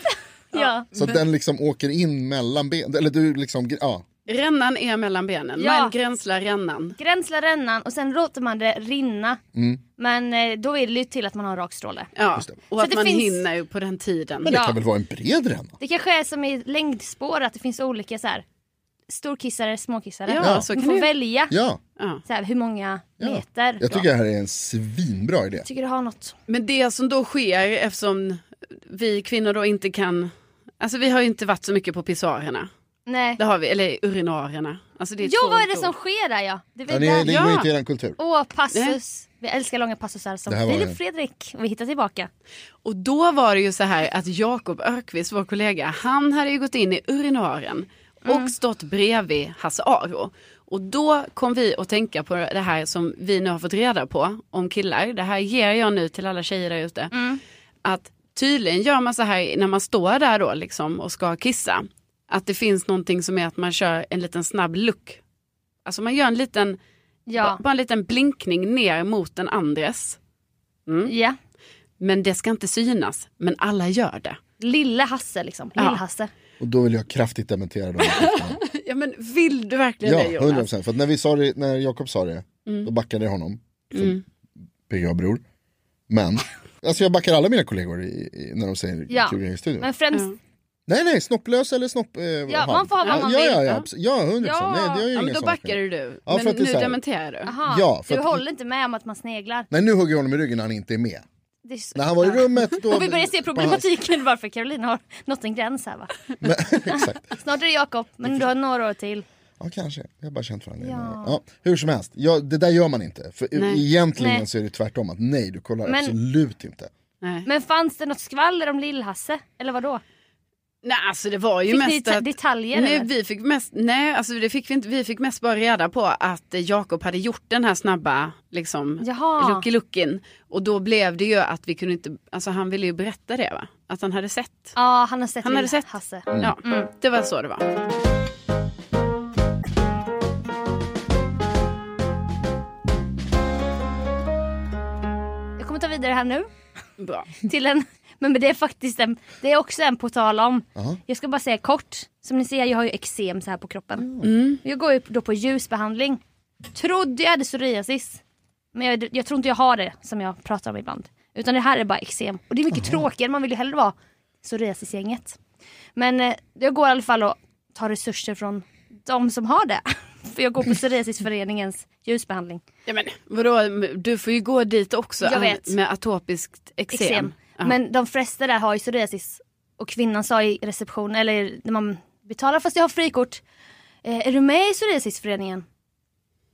Speaker 1: Ja.
Speaker 3: Så att den liksom åker in mellan ben, eller du liksom, ja.
Speaker 2: Rännan är mellan benen.
Speaker 1: Ja.
Speaker 2: Man gränslar rännan.
Speaker 1: Gränsla rännan och sen låter man det rinna.
Speaker 3: Mm.
Speaker 1: Men eh, då vill det ju till att man har en rak stråle.
Speaker 2: Ja. Och
Speaker 1: Så
Speaker 2: att
Speaker 1: det
Speaker 2: man
Speaker 1: finns-
Speaker 2: hinner ju på den tiden.
Speaker 3: Men det
Speaker 1: Ja.
Speaker 3: kan väl vara en bred ränna?
Speaker 1: Det kanske är som i längdspår att det finns olika så här, storkissare, småkissare.
Speaker 2: Ja,
Speaker 3: Ja.
Speaker 2: så
Speaker 1: Man
Speaker 2: kan
Speaker 1: får
Speaker 2: det-
Speaker 1: välja
Speaker 3: Ja,
Speaker 2: Ja.
Speaker 1: så här, hur många
Speaker 3: Ja.
Speaker 1: meter.
Speaker 3: jag tycker det här är en svinbra idé.
Speaker 1: Jag tycker du har något.
Speaker 2: Men det som då sker eftersom vi kvinnor då inte kan, alltså vi har ju inte varit så mycket på pissoarerna.
Speaker 1: Nej.
Speaker 2: Det har vi, eller urinarerna. Alltså det är
Speaker 1: Jo
Speaker 2: två
Speaker 1: vad är det
Speaker 2: olika
Speaker 1: som
Speaker 2: ord.
Speaker 1: sker där ja? Det
Speaker 3: Ja,
Speaker 1: är
Speaker 3: ni,
Speaker 1: ja,
Speaker 3: det
Speaker 2: Ja.
Speaker 3: går inte i den kultur.
Speaker 1: Åh passus. Vi älskar långa passusar som
Speaker 3: Det här var
Speaker 1: Filip
Speaker 3: det.
Speaker 1: Fredrik. Och vi hittar tillbaka.
Speaker 2: Och då var det ju så här att Jakob Örqvist, vår kollega, han hade ju gått in i urinaren och stått bredvid Hasse Aro. Och då kom vi att tänka på det här som vi nu har fått reda på om killar. Det här ger jag nu till alla tjejer där ute. Att tydligen gör man så här när man står där då liksom och ska kissa. Att det finns någonting som är att man kör en liten snabb luck. Alltså man gör en liten,
Speaker 1: Ja.
Speaker 2: ba- bara en liten blinkning ner mot den andres. Mm.
Speaker 1: ja.
Speaker 2: Men det ska inte synas. Men alla gör det.
Speaker 1: Lille Hasse liksom.
Speaker 2: Ja.
Speaker 1: Lill-Hasse.
Speaker 3: Och då vill jag kraftigt dementera de uppgifterna.
Speaker 2: Ja men vill du verkligen
Speaker 3: Ja,
Speaker 2: det
Speaker 3: 100
Speaker 2: Jonas?
Speaker 3: procent. För att när, vi sa det, när Jakob sa det, då backade jag honom. Som PGA-bror. Men, alltså jag backar alla mina kollegor i, i, när de säger
Speaker 1: Ja.
Speaker 3: kul grej i studion.
Speaker 1: Men främst,
Speaker 2: Mm.
Speaker 3: Nej, nej, snopplös eller snopp... Eh, hand.
Speaker 1: man får ha vad man
Speaker 3: ja, ja,
Speaker 1: vill.
Speaker 3: ja, abso- ja, 100
Speaker 1: Ja.
Speaker 3: procent. Nej, det är ju
Speaker 2: Ja, men
Speaker 3: ingen
Speaker 2: då
Speaker 3: sån
Speaker 2: backar
Speaker 3: skillnad.
Speaker 2: du du.
Speaker 3: Ja, för
Speaker 2: men
Speaker 3: att det är
Speaker 2: nu
Speaker 3: så här-
Speaker 2: dementerar du.
Speaker 1: aha,
Speaker 3: Ja, för
Speaker 1: du
Speaker 3: att-
Speaker 1: håller inte med om att man sneglar.
Speaker 3: Nej, nu hugger jag honom i ryggen när han inte är med.
Speaker 1: Det är så-
Speaker 3: När han var i
Speaker 1: Ja.
Speaker 3: rummet då...
Speaker 1: Och vi börjar se problematiken varför Caroline har nått en gräns här va.
Speaker 3: Men, exakt.
Speaker 1: Snart är det Jakob, men du har några år till.
Speaker 3: Ja, kanske. Jag har bara känt varandra. Ja.
Speaker 1: Ja.
Speaker 3: Ja, hur som helst, ja, det där gör man inte. För e-
Speaker 2: Nej.
Speaker 3: egentligen
Speaker 1: Nej.
Speaker 3: så är det tvärtom. att Nej, du kollar
Speaker 1: Men-
Speaker 3: absolut inte.
Speaker 2: Nej.
Speaker 1: Men fanns det något skvaller om Lill-Hasse? Eller vadå?
Speaker 2: Nej alltså det var ju
Speaker 1: Fick ni
Speaker 2: mest
Speaker 1: det-
Speaker 2: att...
Speaker 1: detaljer
Speaker 2: Nej,
Speaker 1: eller?
Speaker 2: vi fick mest, nej alltså det fick vi inte, vi fick mest bara reda på att eh, Jakob hade gjort den här snabba liksom
Speaker 1: Jaha.
Speaker 2: lucky lookin. Och då blev det ju att vi kunde inte, alltså han ville ju berätta det va? Att han hade sett.
Speaker 1: Ja, han har sett
Speaker 2: Han hade sett.
Speaker 1: Lill-Hasse.
Speaker 3: Mm.
Speaker 2: Ja,
Speaker 1: Mm.
Speaker 2: det var så det var.
Speaker 1: Jag kommer ta vidare här nu.
Speaker 2: Bra.
Speaker 1: Till en, men det är faktiskt en, det är också en på tal om. Jag ska bara säga kort. Som ni ser, jag har ju eksem så här på kroppen. Jag går ju då på ljusbehandling. Trodde jag hade psoriasis. Men jag, jag tror inte jag har det som jag pratar om ibland. Utan det här är bara eksem. Och det är mycket tråkigare, man vill ju hellre vara psoriasisgänget. Men eh, jag går i alla fall och tar resurser från de som har det. För jag går på psoriasisföreningens ljusbehandling.
Speaker 2: Ja, men, vadå, du får ju gå dit också
Speaker 1: Jag vet.
Speaker 2: med atopiskt eksem.
Speaker 1: eksem.
Speaker 2: Ja.
Speaker 1: Men de flesta där har ju psoriasis. Och kvinnan sa i reception, eller när man betalar fast jag har frikort. Eh, är du med i psoriasisföreningen?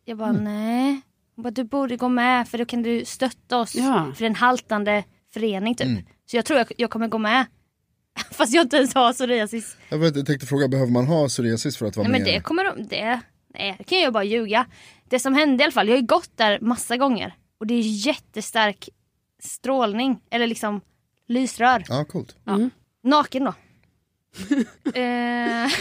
Speaker 1: Jag bara nej. Hon bara du borde gå med för då kan du stötta oss.
Speaker 2: Ja.
Speaker 1: För det är en haltande förening typ. Så jag tror jag, jag kommer gå med. Fast jag inte ens har psoriasis.
Speaker 3: Jag, vet, jag tänkte fråga, behöver man ha psoriasis för att vara
Speaker 1: Nej men
Speaker 3: med?
Speaker 1: det kommer de, det, nej det kan jag ju bara ljuga. Det som hände i alla fall, jag har ju gått där massa gånger. Och det är jättestark strålning, eller liksom lysrör.
Speaker 3: Ja, coolt.
Speaker 2: Mm.
Speaker 1: Naken då. eh,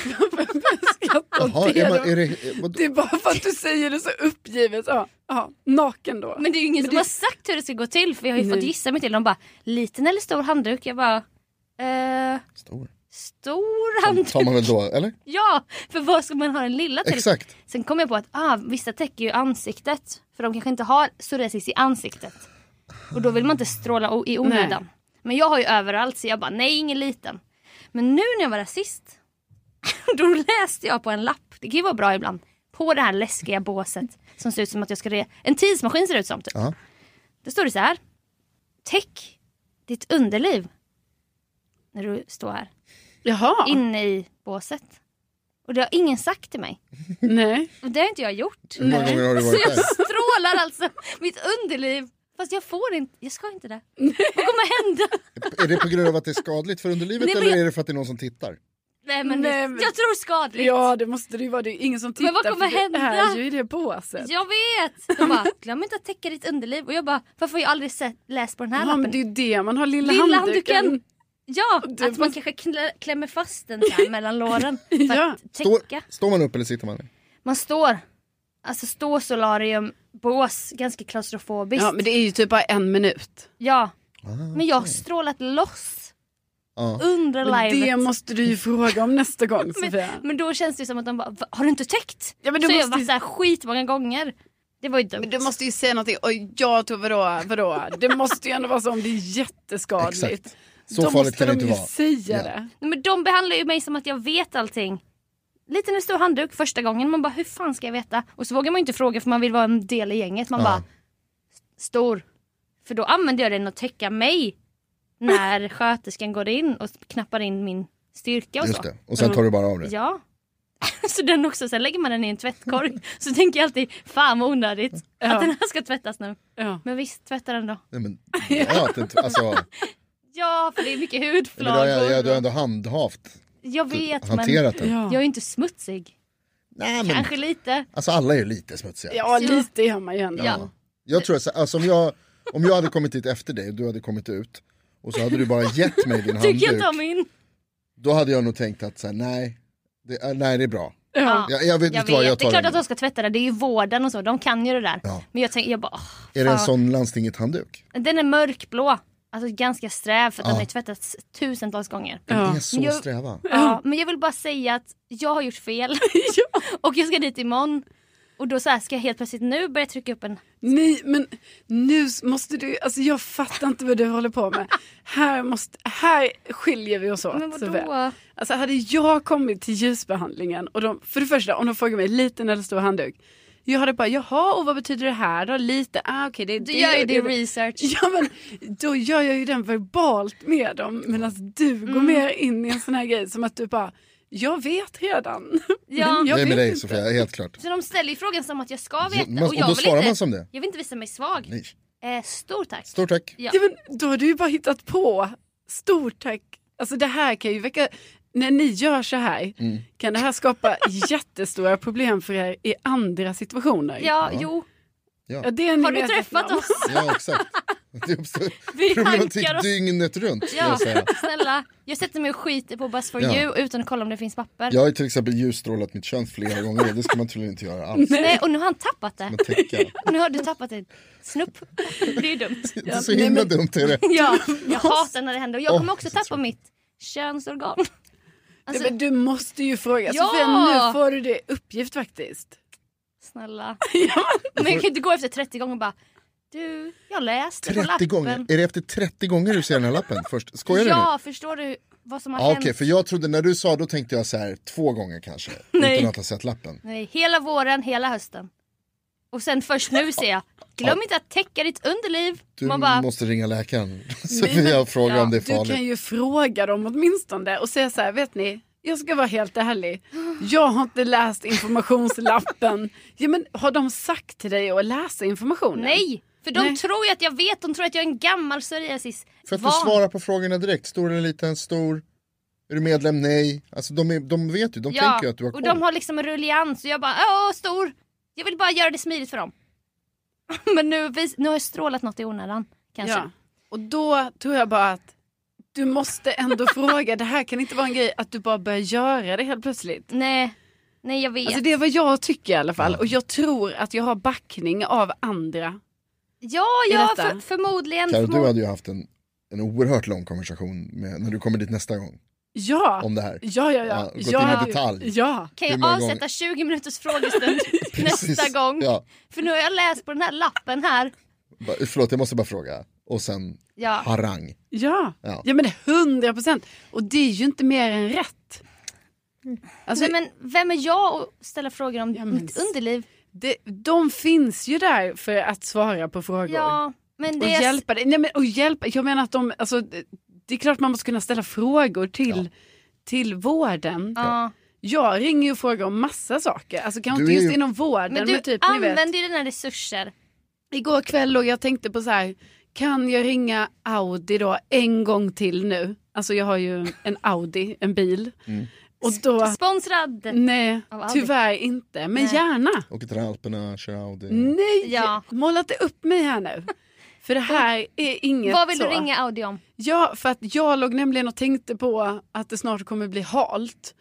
Speaker 3: Jaha, är man, är det, är, vad,
Speaker 2: Det är bara för att du säger det så uppgivet. Ja, ja, naken då.
Speaker 1: men det är ju ingen som har sagt hur det ska gå till för jag har ju fått
Speaker 2: Nej.
Speaker 1: gissa mig till. De bara, liten eller stor handduk? Jag bara, eh,
Speaker 3: stor.
Speaker 1: stor
Speaker 3: Som
Speaker 1: handduk.
Speaker 3: tar man väl då, eller?
Speaker 1: Ja, för vad ska man ha den lilla till?
Speaker 3: Exakt.
Speaker 1: Sen kom jag på att ah, vissa täcker ju ansiktet. För de kanske inte har psoriasis i ansiktet. Och då vill man inte stråla o- i onödan. Men jag har ju överallt så jag bara nej ingen liten. Men nu när jag var rasist. Då läste jag på en lapp. Det kan ju vara bra ibland. På det här läskiga båset. Som ser ut som att jag ska re- En tidsmaskin ser det ut som typ.
Speaker 3: Ja.
Speaker 1: Då står det så här. Täck ditt underliv. När du står här
Speaker 2: Jaha,
Speaker 1: inne i båset. Och det har ingen sagt till mig.
Speaker 2: nej.
Speaker 1: Och det har inte jag gjort.
Speaker 3: Hur många gånger har du
Speaker 1: Så
Speaker 3: varit
Speaker 1: jag
Speaker 3: där?
Speaker 1: strålar alltså mitt underliv. Fast jag får inte, jag ska inte det. Vad kommer hända?
Speaker 3: Är det på grund av att det är skadligt för underlivet
Speaker 1: Nej, men
Speaker 3: eller
Speaker 1: jag-
Speaker 3: är det för att det är någon som tittar?
Speaker 1: Nej men,
Speaker 2: Nej, men-
Speaker 1: jag tror skadligt.
Speaker 2: Ja det måste det ju vara, det är ingen som tittar
Speaker 1: Men vad kommer
Speaker 2: för det
Speaker 1: hända?
Speaker 2: är ju i det båset.
Speaker 1: Jag vet! De bara, glöm inte att täcka ditt underliv. Och jag bara, varför har jag aldrig sett, läst på den här
Speaker 2: Ja, men
Speaker 1: lappen?
Speaker 2: det är ju det man har lilla,
Speaker 1: Lilla
Speaker 2: handduken.
Speaker 1: handduken. Ja,
Speaker 2: Du
Speaker 1: att man kanske klä- klämmer fast den så här mellan låren för
Speaker 2: Ja.
Speaker 1: att
Speaker 3: Står,
Speaker 1: täcka.
Speaker 3: står man upp eller sitter man ner?
Speaker 1: Man står, alltså står solarium, bås, ganska klaustrofobiskt.
Speaker 2: Ja men det är ju typ bara en minut.
Speaker 1: Ja. Men jag har strålat loss
Speaker 3: Ja.
Speaker 1: under
Speaker 2: Men det
Speaker 1: livet.
Speaker 2: måste du ju fråga om nästa gång Sofia.
Speaker 1: Men, men då känns det ju som att de bara, "Va, har du inte täckt?
Speaker 2: Ja, men du
Speaker 1: så jag
Speaker 2: måste
Speaker 1: har
Speaker 2: ju-
Speaker 1: varit såhär skitmånga gånger. Det var ju dumt.
Speaker 2: Men du måste ju säga någonting. Och jag tror vadå, vadå? Det måste ju ändå vara så om det är jätteskadligt.
Speaker 3: Exakt. Så
Speaker 2: Då
Speaker 3: farligt
Speaker 2: måste
Speaker 3: kan det
Speaker 2: de
Speaker 3: inte
Speaker 2: ju
Speaker 3: vara.
Speaker 2: säga
Speaker 3: Ja.
Speaker 2: det.
Speaker 1: Nej, Men de behandlar ju mig som att jag vet allting. Lite när det står handduk första gången, man bara hur fan ska jag veta? Och så vågar man ju inte fråga för man vill vara en del i gänget. Man
Speaker 3: Ja.
Speaker 1: bara, stor. För då använder jag den att täcka mig. När sköterskan går in och knappar in min styrka och
Speaker 3: Just
Speaker 1: så.
Speaker 3: det. Och sen tar du bara av det.
Speaker 1: Ja. Så den också, sen lägger man den i en tvättkorg. Så tänker jag alltid, fan vad onödigt
Speaker 2: Ja.
Speaker 1: att den här ska tvättas nu.
Speaker 2: Ja.
Speaker 1: Men visst, tvätta den då.
Speaker 3: Nej, men, ja, att det- alltså,
Speaker 1: Ja, för det är mycket
Speaker 3: men du, har,
Speaker 1: hudflagor.
Speaker 3: jag,
Speaker 1: Jag,
Speaker 3: du har ändå handhavt,
Speaker 1: vet, men
Speaker 3: hanterat Mm. den.
Speaker 2: Ja.
Speaker 1: jag är ju inte smutsig.
Speaker 3: Nej, men,
Speaker 1: Kanske lite.
Speaker 3: alltså alla är ju lite smutsiga.
Speaker 2: ja lite är man ju ändå.
Speaker 1: Ja.
Speaker 3: Jag tror att så- alltså, om, jag, om jag hade kommit hit efter dig och du hade kommit ut och så hade du bara gett mig din
Speaker 1: Tycker inte
Speaker 3: handduk.
Speaker 1: om min.
Speaker 3: Då hade jag nog tänkt att så här, nej, det, är- nej det är bra.
Speaker 1: Ja.
Speaker 3: Jag, jag vet,
Speaker 1: Jag
Speaker 3: vet
Speaker 1: vet,
Speaker 3: du vad, jag
Speaker 1: det är
Speaker 3: tar
Speaker 1: klart att
Speaker 3: den.
Speaker 1: de ska tvätta det. Det är ju vården och så, de kan ju det där.
Speaker 3: Ja.
Speaker 1: Men jag tänker, jag bara, åh,
Speaker 3: Är det en
Speaker 1: fan.
Speaker 3: sån landstinget-handduk?
Speaker 1: Den är mörkblå. Alltså ganska sträv för att
Speaker 3: Ja.
Speaker 1: den har ju tvättats tusentals gånger.
Speaker 3: Den
Speaker 2: Ja.
Speaker 3: är så
Speaker 1: Men jag-
Speaker 3: sträva.
Speaker 1: Ja, men jag vill bara säga att jag har gjort fel. och jag ska dit imorgon. Och då så här ska jag helt plötsligt nu börja trycka upp en...
Speaker 2: Nej men nu s- måste du, alltså jag fattar inte vad du håller på med. här, måste, här skiljer vi oss åt.
Speaker 1: Men vadå?
Speaker 2: Sofia. Alltså hade jag kommit till ljusbehandlingen och de, för det första om de frågar mig liten eller stor handduk. Jag hade bara, jaha och vad betyder det här då? Lite, ah okej det är
Speaker 1: Du
Speaker 2: det
Speaker 1: gör ju
Speaker 2: och
Speaker 1: din
Speaker 2: och
Speaker 1: research.
Speaker 2: Ja men då gör jag ju den verbalt med dem medan du
Speaker 1: Mm.
Speaker 2: går mer in i en sån här grej som att du bara, jag vet redan.
Speaker 1: Ja.
Speaker 2: Men jag
Speaker 3: det är med
Speaker 2: vet
Speaker 3: dig
Speaker 2: inte.
Speaker 3: Sofia, helt klart.
Speaker 1: Så de ställer ju frågan som att jag ska veta.
Speaker 3: men-
Speaker 1: och jag
Speaker 3: och då
Speaker 1: vill
Speaker 3: svarar
Speaker 1: inte,
Speaker 3: man som det.
Speaker 1: Jag vill inte visa mig svag.
Speaker 3: Nej.
Speaker 1: Eh, stor tack.
Speaker 3: Stort tack.
Speaker 1: Ja.
Speaker 2: Ja, men då har du ju bara hittat på. Stort tack. Alltså det här kan ju väcka, när ni gör så här
Speaker 1: Mm.
Speaker 2: kan det här skapa jättestora problem för er i andra situationer.
Speaker 1: Ja, jo.
Speaker 2: Ja, det är ni
Speaker 1: Har du
Speaker 2: medvetna
Speaker 1: träffat
Speaker 2: om.
Speaker 1: oss?
Speaker 3: Ja exakt. Det uppstår
Speaker 1: Vi
Speaker 3: problematik
Speaker 1: hankar oss.
Speaker 3: dygnet runt. skulle
Speaker 1: Ja,
Speaker 3: Jag, säga.
Speaker 1: snälla. Jag sätter mig och skiter på Buzz for
Speaker 3: Ja.
Speaker 1: you utan att kolla om det finns papper.
Speaker 3: jag har ju till exempel ljusstrålat mitt kön flera gånger och det ska man tydligen inte göra alls.
Speaker 1: Nej, och nu har han tappat det.
Speaker 3: Men täcka.
Speaker 1: Nu har du tappat en snupp. Det är ju dumt.
Speaker 3: Det är så himla dumt är det.
Speaker 1: Ja, jag hatar när det händer. Och jag
Speaker 3: Åh,
Speaker 1: kommer också
Speaker 3: så
Speaker 1: tappa mitt könsorgan. Alltså,
Speaker 2: Nej, men du måste ju fråga.
Speaker 1: Ja!
Speaker 2: Sofia, nu får du det i uppgift faktiskt.
Speaker 1: snälla. Men jag kan ju inte gå efter 30 gånger och bara du, jag läste på
Speaker 3: 30
Speaker 1: lappen.
Speaker 3: gånger? Är det efter 30 gånger du ser den här lappen först? Skojar du nu?
Speaker 1: Ja, förstår du vad som har
Speaker 3: Ja, Okej,
Speaker 1: hänt?
Speaker 3: för jag trodde när du sa då tänkte jag så här två gånger kanske. Utan att ha sett lappen.
Speaker 1: Nej, hela våren, hela hösten. Och sen först nu ser jag, glöm inte att täcka ditt underliv.
Speaker 3: Du
Speaker 1: Man bara,
Speaker 3: måste ringa läkaren. Sofia och fråga
Speaker 1: Ja,
Speaker 3: om det är
Speaker 2: Du
Speaker 3: farligt.
Speaker 2: kan ju fråga dem åtminstone och säga så här, vet ni, jag ska vara helt ärlig. Jag har inte läst informationslappen. Ja, men har de sagt till dig att läsa informationen?
Speaker 1: nej! För de
Speaker 2: Nej.
Speaker 1: tror ju att jag vet, de tror att jag är en gammal psoriasis.
Speaker 3: För att få
Speaker 1: van.
Speaker 3: svara på frågorna direkt. Stor eller liten? Stor? Är du medlem? Nej. Alltså de, är, de vet ju, de
Speaker 1: ja,
Speaker 3: tänker ju att du har
Speaker 1: och
Speaker 3: koll.
Speaker 1: de har liksom en ruljans och jag bara, åh stor! Jag vill bara göra det smidigt för dem. Men nu, vis- nu har jag strålat något i onödan. Kanske.
Speaker 2: Ja. Och då tror jag bara att du måste ändå fråga. Det här kan inte vara en grej att du bara börjar göra det helt plötsligt.
Speaker 1: Nej, nej jag vet.
Speaker 2: Alltså det är vad jag tycker i alla fall. Och jag tror att jag har backning av andra.
Speaker 1: ja,
Speaker 2: är
Speaker 1: ja
Speaker 2: detta?
Speaker 1: för, förmodligen.
Speaker 3: Karo, du
Speaker 1: förmod-
Speaker 3: hade ju haft en, en oerhört lång konversation med, när du kommer dit nästa gång.
Speaker 2: Ja.
Speaker 3: om det här.
Speaker 2: Ja, ja, ja.
Speaker 3: Ja, gått in i detalj.
Speaker 2: Ja.
Speaker 1: Kan
Speaker 3: Hur
Speaker 1: jag
Speaker 3: många
Speaker 1: avsätta
Speaker 3: gånger?
Speaker 1: 20 minuters frågestund nästa
Speaker 3: Precis.
Speaker 1: gång?
Speaker 3: Ja.
Speaker 1: För nu har jag läst på den här lappen här.
Speaker 3: Ba- Förlåt, jag måste bara fråga. Och sen
Speaker 1: Ja.
Speaker 3: harang.
Speaker 2: Ja.
Speaker 3: Ja.
Speaker 2: ja, men det är hundra procent. Och det är ju inte mer än rätt. Alltså,
Speaker 1: Mm. Nej, men vem är jag att ställa frågor om
Speaker 2: Ja, men
Speaker 1: mitt
Speaker 2: s-
Speaker 1: underliv?
Speaker 2: det, de finns ju där för att svara på frågor.
Speaker 1: Ja, men
Speaker 2: och
Speaker 1: det är...
Speaker 2: hjälpa dig. Nej, men, och hjälpa. Jag menar att de, alltså, det, det är klart man måste kunna ställa frågor till, till vården.
Speaker 1: Ja.
Speaker 2: Jag ringer ju och frågar om massa saker. Alltså kanske
Speaker 3: Du
Speaker 2: inte
Speaker 3: är
Speaker 2: just
Speaker 3: ju-
Speaker 2: inom vården.
Speaker 1: Men
Speaker 2: Men,
Speaker 1: du
Speaker 2: typ, ni vet.
Speaker 1: använder ju dina resurser.
Speaker 2: Igår kväll och jag tänkte på så här, kan jag ringa Audi då en gång till nu? Alltså jag har ju en Audi, en bil.
Speaker 3: Mm.
Speaker 2: Och då,
Speaker 1: Sponsrad!
Speaker 2: nej,
Speaker 1: Av Audi.
Speaker 2: tyvärr inte, men
Speaker 1: Nej.
Speaker 2: gärna.
Speaker 3: Åker till Alperna, kör Audi.
Speaker 2: Nej,
Speaker 1: Ja.
Speaker 2: måla inte upp mig här nu. För det här är inget
Speaker 1: Vad vill
Speaker 2: så.
Speaker 1: du ringa Audi om?
Speaker 2: Ja, för att jag låg nämligen och tänkte på att det snart kommer bli halt.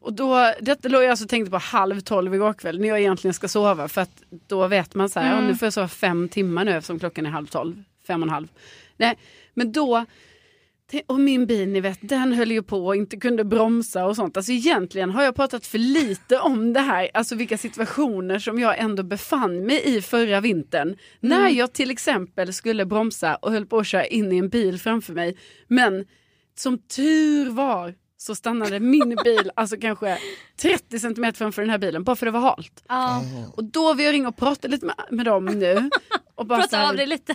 Speaker 2: Och då, detta låg jag alltså och tänkte på halv tolv igår kväll när jag egentligen ska sova för att då vet man så här, ja, nu får jag sova fem timmar nu eftersom klockan är halv tolv, fem och en halv. Nej, men då, te- och min bil ni vet, den höll ju på och inte kunde bromsa och sånt. Alltså egentligen har jag pratat för lite om det här, alltså vilka situationer som jag ändå befann mig i förra vintern. När
Speaker 1: Mm.
Speaker 2: jag till exempel skulle bromsa och höll på att köra in i en bil framför mig, men som tur var så stannade min bil alltså kanske 30 centimeter framför den här bilen bara för det var halt.
Speaker 1: Ja.
Speaker 2: Och då vill jag ringa och prata lite med, med dem nu. Och bara så
Speaker 1: Prata av
Speaker 2: här,
Speaker 1: dig lite.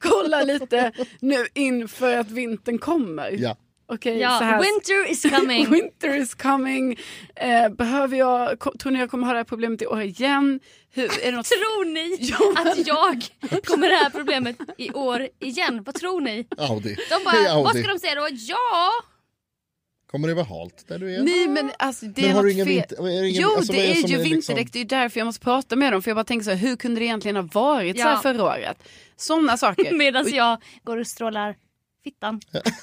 Speaker 2: kolla lite nu inför att vintern kommer.
Speaker 3: Ja.
Speaker 2: Okej, så
Speaker 1: Ja.
Speaker 2: här.
Speaker 1: Winter is coming.
Speaker 2: Winter is coming. Eh, behöver jag, ko- tror ni jag kommer ha det här problemet i år igen? Hur, är det något
Speaker 1: Tror ni
Speaker 2: Ja, men-
Speaker 1: att jag kommer det här problemet i år igen? Vad tror ni?
Speaker 3: Audi.
Speaker 1: De bara,
Speaker 3: Hej
Speaker 1: vad
Speaker 3: Audi.
Speaker 1: ska de säga då? Ja!
Speaker 3: Kommer det vara halt där du är?
Speaker 2: Nej men alltså det
Speaker 3: Men
Speaker 2: är
Speaker 3: har du
Speaker 2: något
Speaker 3: ingen
Speaker 2: fel.
Speaker 3: vinter- är det ingen-
Speaker 2: jo
Speaker 3: alltså, vad
Speaker 2: det
Speaker 3: är
Speaker 2: är,
Speaker 3: det som
Speaker 2: ju
Speaker 3: är liksom-
Speaker 2: vinterdäck, det är ju därför jag måste prata med dem. För jag bara tänker så här, hur kunde det egentligen ha varit så här
Speaker 1: Ja.
Speaker 2: förra året? Sådana saker.
Speaker 1: Medan
Speaker 2: Och-
Speaker 1: jag går och strålar fittan.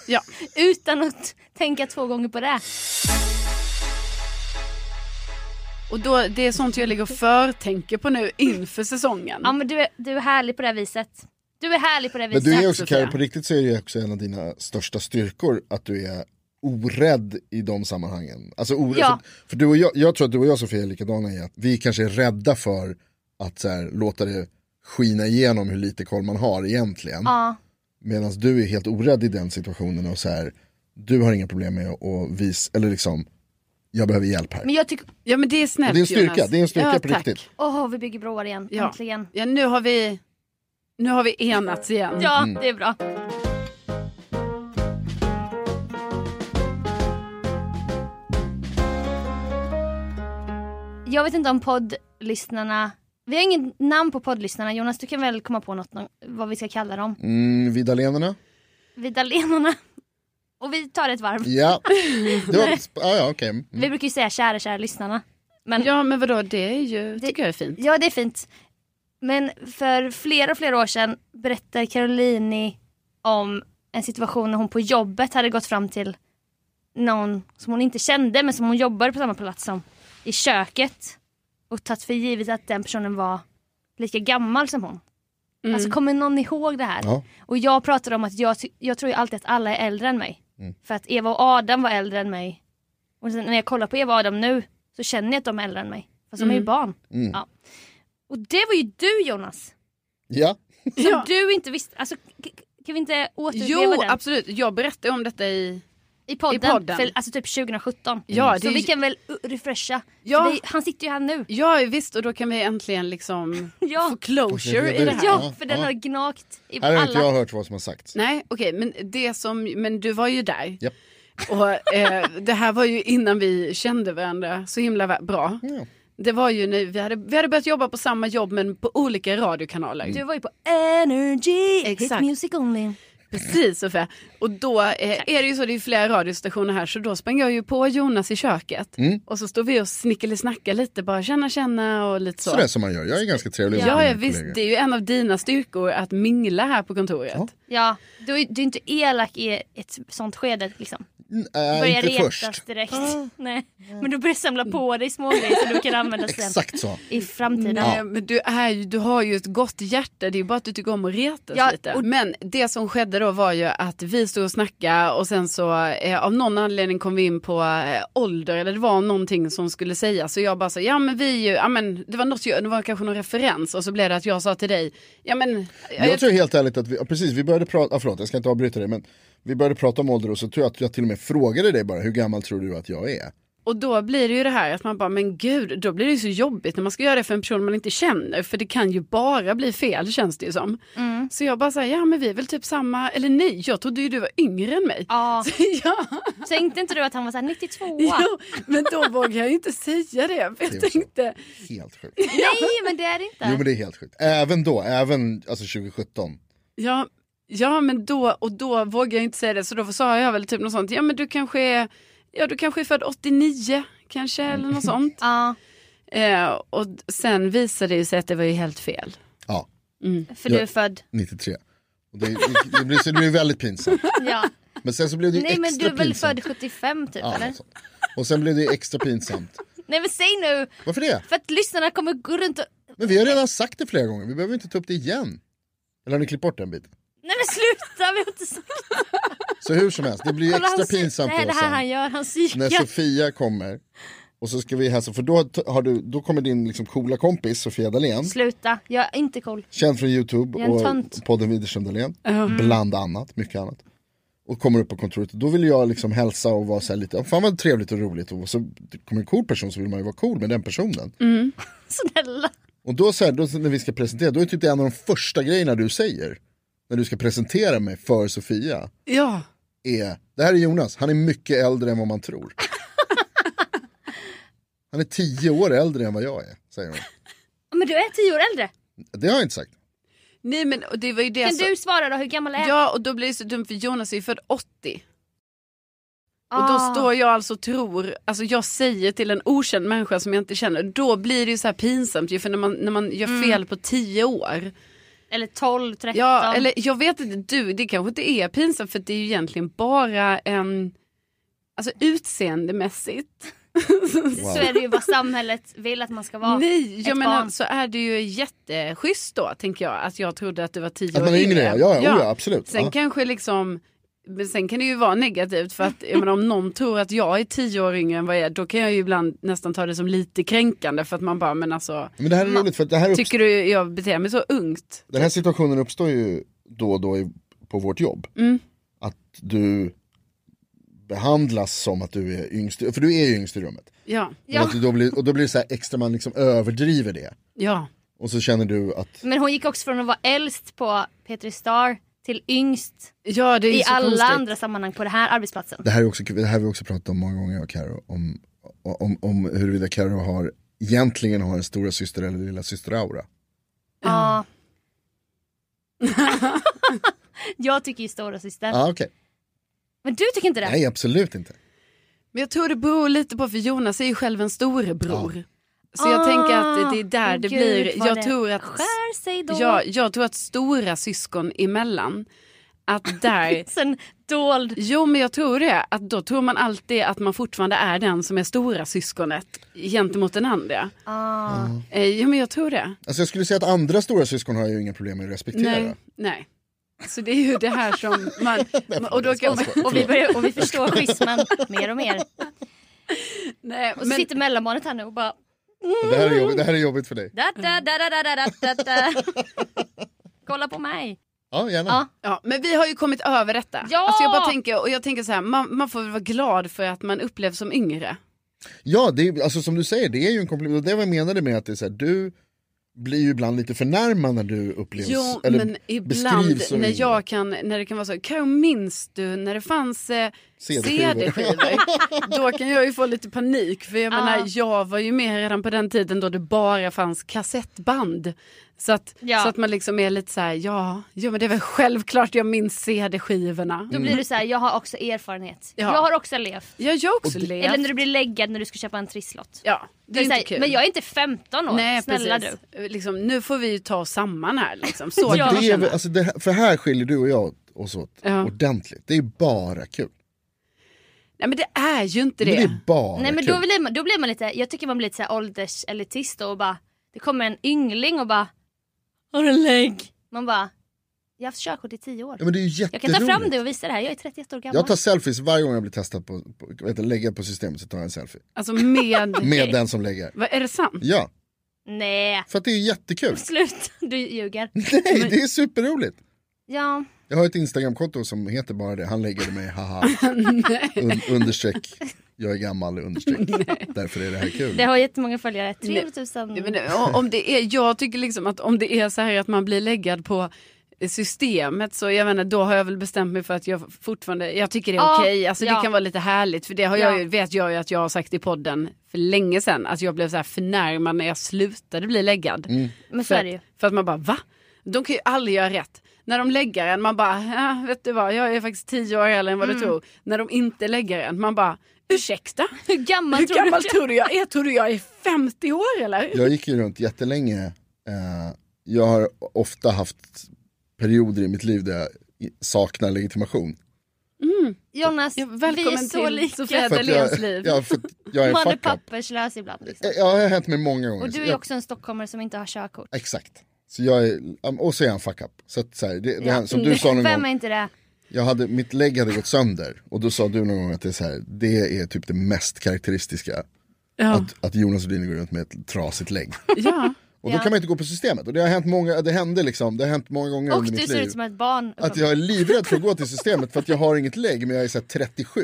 Speaker 2: ja.
Speaker 1: Utan att tänka två gånger på det.
Speaker 2: Och då, det är sånt jag ligger och förtänker på nu inför säsongen.
Speaker 1: Ja men du är, du är härlig på det här viset. Du är härlig på det här
Speaker 3: Men
Speaker 1: viset.
Speaker 3: du är också,
Speaker 2: Sofia.
Speaker 3: Karin, på riktigt så är det ju också en av dina största styrkor att du är orädd i de sammanhangen. Alltså orädd,
Speaker 1: Ja.
Speaker 3: för, för du och jag, jag tror att du och jag Sofia är likadana i att vi kanske är rädda för att så här, låta det skina igenom hur lite koll man har egentligen.
Speaker 1: Ja.
Speaker 3: Medan du är helt orädd i den situationen och så här, du har inga problem med att visa, eller liksom, jag behöver hjälp här.
Speaker 1: Men jag tycker,
Speaker 2: Ja men det är
Speaker 3: Och
Speaker 2: snällt
Speaker 3: det är en styrka,
Speaker 2: Jonas.
Speaker 3: det är en styrka
Speaker 2: ja,
Speaker 3: på
Speaker 2: tack.
Speaker 3: riktigt.
Speaker 1: åh vi bygger broar igen.
Speaker 2: Ja.
Speaker 1: Äntligen.
Speaker 2: Ja nu har vi, nu har vi enats igen.
Speaker 1: Ja
Speaker 3: Mm.
Speaker 1: det är bra. Jag vet inte om poddlyssnarna, vi har inget namn på poddlyssnarna. Jonas du kan väl komma på något, någon- vad vi ska kalla dem.
Speaker 3: Mm, Vidalenarna?
Speaker 1: Vidalenarna. Och vi tar ett varv.
Speaker 3: Ja, det var, ah, ja okej. Mm.
Speaker 1: Vi brukar ju säga kära, kära lyssnarna. Men ja.
Speaker 2: Ja men vadå det är ju, tycker jag är fint.
Speaker 1: det är fint. Men för flera, flera år sedan berättar Carolini om en situation när hon på jobbet hade gått fram till någon som hon inte kände men som hon jobbade på samma plats som i köket och tagit för givet att den personen var lika gammal som hon. Alltså kommer någon ihåg det här?
Speaker 3: Ja.
Speaker 1: Och jag pratade om att jag, ty- jag tror ju alltid att alla är äldre än mig. För att Eva och Adam var äldre än mig. Och sen när jag kollar på Eva och Adam nu så känner jag att de är äldre än mig. Fast de är ju barn. Ja. Och det var ju du Jonas.
Speaker 3: Ja,
Speaker 1: Som
Speaker 2: Ja.
Speaker 1: du inte visste. Alltså, k- k- kan vi inte återuppleva
Speaker 2: Jo
Speaker 1: den?
Speaker 2: absolut, jag berättade om detta i
Speaker 1: I podden.
Speaker 2: i podden.
Speaker 1: För, alltså typ 2017.
Speaker 2: Ja, det
Speaker 1: så
Speaker 2: är
Speaker 1: vi
Speaker 2: ju-
Speaker 1: kan väl uh, refresha.
Speaker 2: Ja.
Speaker 1: För det, han sitter ju här nu.
Speaker 2: Ja visst och då kan vi äntligen liksom
Speaker 1: Ja.
Speaker 2: få closure i det här.
Speaker 1: Ja, för den
Speaker 3: ja.
Speaker 1: har gnagt i
Speaker 3: här har inte jag
Speaker 1: alla.
Speaker 3: hört vad som har sagts.
Speaker 2: Nej okej men det som, men du var ju där.
Speaker 3: Japp.
Speaker 2: Och eh, det här var ju innan vi kände varandra så himla va- bra.
Speaker 3: Ja.
Speaker 2: Det var ju när vi hade, vi hade börjat jobba på samma jobb men på olika radiokanaler.
Speaker 3: Mm.
Speaker 1: Du var ju på Energy,
Speaker 2: Exakt.
Speaker 1: hit music only.
Speaker 2: Precis Sofia. Och då eh, är det ju så, det är ju flera radiostationer här, så då sprang jag ju på Jonas i köcket.
Speaker 3: Mm.
Speaker 2: Och så stod vi och snickelisnackade lite, bara känna känna och lite så.
Speaker 3: Sådär som man gör, jag är ganska trevlig. mot
Speaker 2: Ja,
Speaker 3: mina
Speaker 2: ja visst,
Speaker 3: kollegor.
Speaker 2: det är ju en av dina styrkor att mingla här på kontoret.
Speaker 1: Ja, du, du är inte elak i ett sånt skede liksom.
Speaker 3: Nej,
Speaker 1: Börjar
Speaker 3: Äh, inte
Speaker 1: retas
Speaker 3: först.
Speaker 1: direkt.
Speaker 2: Ah.
Speaker 1: Nej. Men du börjar samla på dig små grejer som du kan använda sen
Speaker 3: Exakt så.
Speaker 1: i framtiden.
Speaker 2: Nej, men du, är ju, du har ju ett gott hjärta, det är ju bara att du tycker om att retas
Speaker 1: Ja,
Speaker 2: lite.
Speaker 1: och-
Speaker 2: Men det som skedde hände då var ju att vi stod och snackade och sen så eh, av någon anledning kom vi in på eh, ålder eller det var någonting som skulle sägas så jag bara sa ja men vi är ju, ja men det var något, jag- det var kanske någon referens och så blev det att jag sa till dig, ja men, eh,
Speaker 3: Men jag tror helt ärligt att vi, ja, precis, vi började prata, ah, förlåt jag ska inte avbryta dig men vi började prata om ålder och så tror jag att jag till och med frågade dig bara hur gammal tror du att jag är?
Speaker 2: och då blir det ju det här att man bara men gud, då blir det ju så jobbigt när man ska göra det för en person man inte känner för det kan ju bara bli fel känns det ju som. Så jag bara säger ja men vi är väl typ samma, eller nej jag trodde ju du var yngre än mig.
Speaker 1: Ja.
Speaker 2: Så, ja.
Speaker 1: Tänkte inte du att han var så här 92?
Speaker 2: Jo, men då vågar jag ju inte säga det. För
Speaker 3: Det är
Speaker 2: jag
Speaker 3: också-
Speaker 2: tänkte,
Speaker 3: Helt sjukt.
Speaker 1: Nej men det är det inte.
Speaker 3: Jo men det är helt sjukt. Även då, även alltså 2017.
Speaker 2: ja, ja men då, och då vågar jag inte säga det. Så då sa jag väl typ något sånt, ja men du kanske är, ja, du kanske är född 89 kanske eller
Speaker 3: Mm.
Speaker 2: något sånt.
Speaker 1: Ja,
Speaker 2: Eh, och sen visade det ju sig att det var ju helt fel.
Speaker 3: Ja,
Speaker 1: för du
Speaker 3: Ja.
Speaker 1: är född.
Speaker 3: 93. Och det, det, det, blir, så det blir väldigt pinsamt.
Speaker 1: Ja.
Speaker 3: Men sen så blev det ju
Speaker 1: Nej
Speaker 3: extra
Speaker 1: men du är väl född
Speaker 3: pinsamt.
Speaker 1: 75 typ
Speaker 3: Ja, alltså.
Speaker 1: eller?
Speaker 3: något sånt. och sen blev det ju extra pinsamt.
Speaker 1: Nej men säg nu.
Speaker 3: Varför det?
Speaker 1: För att lyssnarna kommer gå runt och...
Speaker 3: Men vi har redan sagt det flera gånger, vi behöver inte ta upp det igen. Eller har ni klippt bort den biten?
Speaker 1: Nej men sluta! Vi har inte sagt
Speaker 3: Så hur som helst, det blir ju
Speaker 1: Kolla,
Speaker 3: extra
Speaker 1: han psy-
Speaker 3: pinsamt
Speaker 1: Det här är
Speaker 3: då
Speaker 1: det här han
Speaker 3: sen.
Speaker 1: gör, han psykar.
Speaker 3: När Sofia kommer och så ska vi hälsa, för då, t- har du, då kommer din liksom coola kompis Sofia Dalén,
Speaker 1: Sluta, jag är inte cool.
Speaker 3: känd från Youtube
Speaker 1: Jag är en
Speaker 3: och
Speaker 1: tönt. Mm.
Speaker 3: podden Widerström Dahlén, bland annat, mycket annat. Och kommer upp på kontoret, då vill jag liksom hälsa och vara så här lite, "Åh, fan vad trevligt och roligt och så kommer en cool person så vill man ju vara cool med den personen.
Speaker 1: Snälla.
Speaker 3: Och då, så här, då när vi ska presentera, då är typ det en av de första grejerna du säger när du ska presentera mig för Sofia
Speaker 2: Ja,
Speaker 3: är, det här är Jonas, han är mycket äldre än vad man tror. Han är tio år äldre än vad jag är, säger hon.
Speaker 1: Men du är tio år äldre.
Speaker 3: Det har jag inte sagt.
Speaker 2: nej men och det var ju det
Speaker 1: Kan
Speaker 2: som-
Speaker 1: du svara då, hur gammal är
Speaker 2: Alltså- Ja och då blir det så dumt för Jonas är ju född 80.
Speaker 1: jag?
Speaker 2: Och då
Speaker 1: Ah.
Speaker 2: står jag alltså och tror, alltså jag säger till en okänd människa som jag inte känner, då blir det ju så här pinsamt ju för när man, när man
Speaker 1: Mm.
Speaker 2: gör fel på 10 år.
Speaker 1: Eller 12, 13.
Speaker 2: Ja, eller jag vet inte, du, det kanske inte är pinsamt för det är ju egentligen bara en, alltså utseendemässigt.
Speaker 1: Så är det ju vad samhället vill att man ska vara.
Speaker 2: Nej, jag
Speaker 1: ett
Speaker 2: menar
Speaker 1: barn.
Speaker 2: så är det ju jätteschysst då, tänker jag, att jag trodde att du var tio
Speaker 3: Att
Speaker 2: år
Speaker 3: man är yngre, ja, ja, oh ja absolut.
Speaker 2: Sen
Speaker 3: Ja.
Speaker 2: kanske liksom, men sen kan det ju vara negativt för att jag menar, om någon tror att jag är tio år yngre än vad jag är, då kan jag ju ibland nästan ta det som lite kränkande för att man bara, men alltså,
Speaker 3: Men det här är roligt för att det här uppstår
Speaker 2: tycker du jag beter mig så ungt?
Speaker 3: Den här situationen uppstår ju då och då i, på vårt jobb.
Speaker 2: Mm.
Speaker 3: Att du behandlas som att du är yngst, för du är ju yngst i rummet.
Speaker 2: Ja,
Speaker 3: Men Att du då blir, och då blir det så här extra, man liksom överdriver det.
Speaker 2: ja,
Speaker 3: Och så känner du att,
Speaker 1: Men hon gick också från att vara äldst på Petri Star till yngst
Speaker 2: ja det är ju
Speaker 1: i
Speaker 2: så
Speaker 1: alla
Speaker 2: konstigt.
Speaker 1: andra sammanhang på den här arbetsplatsen.
Speaker 3: det här, är också, det här har vi också pratat om många gånger jag och Karo, om, om, om huruvida Karo har, egentligen har en stora syster eller lilla syster aura
Speaker 1: Ja. jag tycker ju stora syster.
Speaker 3: Ja ah, okej,
Speaker 1: Men du tycker inte det?
Speaker 3: nej absolut inte.
Speaker 2: Men jag tror det beror lite på, för Jonas är ju själv en storebror. Så jag
Speaker 1: Ah,
Speaker 2: tänker att det är där det
Speaker 1: gud,
Speaker 2: blir,
Speaker 1: vad
Speaker 2: jag
Speaker 1: det
Speaker 2: tror att
Speaker 1: skär sig då.
Speaker 2: Ja, jag tror att stora syskon emellan, att där,
Speaker 1: Sen dold.
Speaker 2: jo men jag tror det, att då tror man alltid att man fortfarande är den som är stora syskonet gentemot den andra.
Speaker 1: Ah.
Speaker 2: Eh, jo men jag tror det.
Speaker 3: Alltså jag skulle säga att andra stora syskon har jag ju inga problem med att respektera.
Speaker 2: Nej, nej. Så det är ju det här som man, och då kan man,
Speaker 1: Och vi, börjar, och vi förstår schismen mer och mer.
Speaker 2: nej,
Speaker 1: Och så
Speaker 2: men,
Speaker 1: sitter mellanbarnet här nu och bara...
Speaker 3: Det här, är jobbigt, det här är jobbigt för dig.
Speaker 1: Da,
Speaker 2: Mm.
Speaker 1: da, da, da, da, da, da, da, da. Kolla på mig.
Speaker 3: Ja gärna.
Speaker 1: Ja.
Speaker 2: ja, men vi har ju kommit över detta.
Speaker 1: Ja!
Speaker 2: Alltså jag bara tänker, och jag tänker så här, man, man får väl vara glad för att man upplevs som yngre.
Speaker 3: Ja, det är, alltså som du säger, det är ju en komplimang. Och Det var jag menade med att det är så här, du blir ju ibland lite förnärmad när du upplevs
Speaker 2: Jo,
Speaker 3: eller
Speaker 2: men ibland
Speaker 3: beskrivs som
Speaker 2: när
Speaker 3: yngre.
Speaker 2: jag kan, när det kan vara så, Karo minns du när det fanns eh,
Speaker 3: CD-skivor?
Speaker 2: CD-skivor? då kan jag ju få lite panik för jag menar, jag var ju med redan på den tiden då det bara fanns kassettband. Så att,
Speaker 1: Ja.
Speaker 2: så att man liksom är lite så här, ja, jo, men det är väl självklart jag minns CD-skivorna.
Speaker 1: Då blir
Speaker 3: Mm.
Speaker 1: du så här, jag har också erfarenhet.
Speaker 2: Ja.
Speaker 1: Jag har också levt.
Speaker 2: Jag har ju också levt.
Speaker 1: Eller när du blir läggad när du ska köpa en trisslott.
Speaker 2: Ja, det är
Speaker 1: Men
Speaker 2: ju
Speaker 1: så
Speaker 2: inte
Speaker 1: här,
Speaker 2: kul.
Speaker 1: Men jag är inte 15 år,
Speaker 2: Nej,
Speaker 1: snälla
Speaker 2: precis.
Speaker 1: du.
Speaker 2: Liksom, nu får vi ju ta oss samman här liksom. Så
Speaker 1: Ja.
Speaker 2: kan man
Speaker 3: det är,
Speaker 2: känna.
Speaker 3: väl- alltså det, här- för här skiljer du och jag oss åt
Speaker 2: Ja.
Speaker 3: ordentligt. Det är bara kul.
Speaker 2: Nej men det är ju inte
Speaker 3: Men det är bara
Speaker 1: Nej men
Speaker 3: kul.
Speaker 1: då blir, man, då blir man lite, jag tycker man blir lite så här ålderselitist då och bara, det kommer en yngling och bara, har du en lägg? Man bara, Jag har haft körkort i tio år.
Speaker 3: Ja, men det är ju
Speaker 1: Jag kan ta
Speaker 3: jätteroligt.
Speaker 1: fram det och visa det här. Jag är 31 år gammal.
Speaker 3: Jag tar selfies varje gång jag blir testad på, på vad heter det, läggad på systemet så tar jag en selfie.
Speaker 2: Alltså med...
Speaker 3: Med den som lägger.
Speaker 2: Vad, är det sant?
Speaker 3: Ja,
Speaker 1: Nej,
Speaker 3: för att det är jättekul.
Speaker 1: sluta. Du ljuger.
Speaker 3: Nej, det är superroligt.
Speaker 1: Ja,
Speaker 3: Jag har ett Instagramkonto som heter bara det, han lägger mig, haha. Un, understreck, jag är gammal, understreck. Därför är det här kul.
Speaker 1: det har jättemånga följare. 3000.
Speaker 2: Nej, men det- o- om det är, jag tycker liksom att om det är så här att man blir läggad på systemet så jag vet inte, då har jag väl bestämt mig för att jag fortfarande, jag tycker det är
Speaker 1: Ja,
Speaker 2: okej, alltså
Speaker 1: ja.
Speaker 2: det kan vara lite härligt för det har
Speaker 1: Ja.
Speaker 2: jag, ju- vet jag ju att jag har sagt i podden för länge sedan att jag blev så här förnärmad när jag slutade bli läggad.
Speaker 1: Men så
Speaker 2: För,
Speaker 1: är det ju.
Speaker 2: att- för att man bara va? De kan ju aldrig göra rätt. När de lägger en, man bara, ja, vet du vad, jag är faktiskt tio år äldre
Speaker 1: Mm.
Speaker 2: än vad du tror. När de inte lägger en, man bara, ursäkta?
Speaker 1: Hur gammal
Speaker 2: Hur
Speaker 1: tror
Speaker 2: gammal
Speaker 1: du?
Speaker 2: tror du jag är? Tror du jag är 50 år eller?
Speaker 3: Jag gick ju runt jättelänge. Eh, jag har ofta haft perioder i mitt liv där jag i- saknar legitimation.
Speaker 1: Jonas,
Speaker 2: Ja,
Speaker 1: vi är
Speaker 2: välkommen
Speaker 1: så
Speaker 2: till
Speaker 1: lika.
Speaker 2: Sofia
Speaker 3: För att jag,
Speaker 2: Dahléns liv.
Speaker 3: ja, för att jag är
Speaker 1: Man är
Speaker 3: fuck up. Eh,
Speaker 1: papperslös ibland. Liksom.
Speaker 3: Ja, det har hänt mig många gånger.
Speaker 1: Och
Speaker 3: Så
Speaker 1: du är
Speaker 3: jag,
Speaker 1: också en stockholmare som inte har körkort.
Speaker 3: Exakt. Så jag är, och så är han fuck up. Så att, så här, det, det, här- som du
Speaker 1: Ja.
Speaker 3: sa någon
Speaker 1: Vem är
Speaker 3: gång,
Speaker 1: inte det?
Speaker 3: jag hade, mitt lägg hade gått sönder. Och då sa du någon gång att det är, så här, det är typ det mest karaktäristiska.
Speaker 2: Ja.
Speaker 3: Att, att Jonas Rhodin går runt med ett trasigt lägg.
Speaker 2: ja.
Speaker 3: Och då kan man inte gå på systemet. Och det har hänt många, det hände liksom, det har hänt många gånger
Speaker 1: Och
Speaker 3: under
Speaker 1: du
Speaker 3: mitt
Speaker 1: ser
Speaker 3: liv.
Speaker 1: ut som ett barn.
Speaker 3: Att jag är livrädd för att gå till systemet för att jag har inget lägg men jag är så här 37.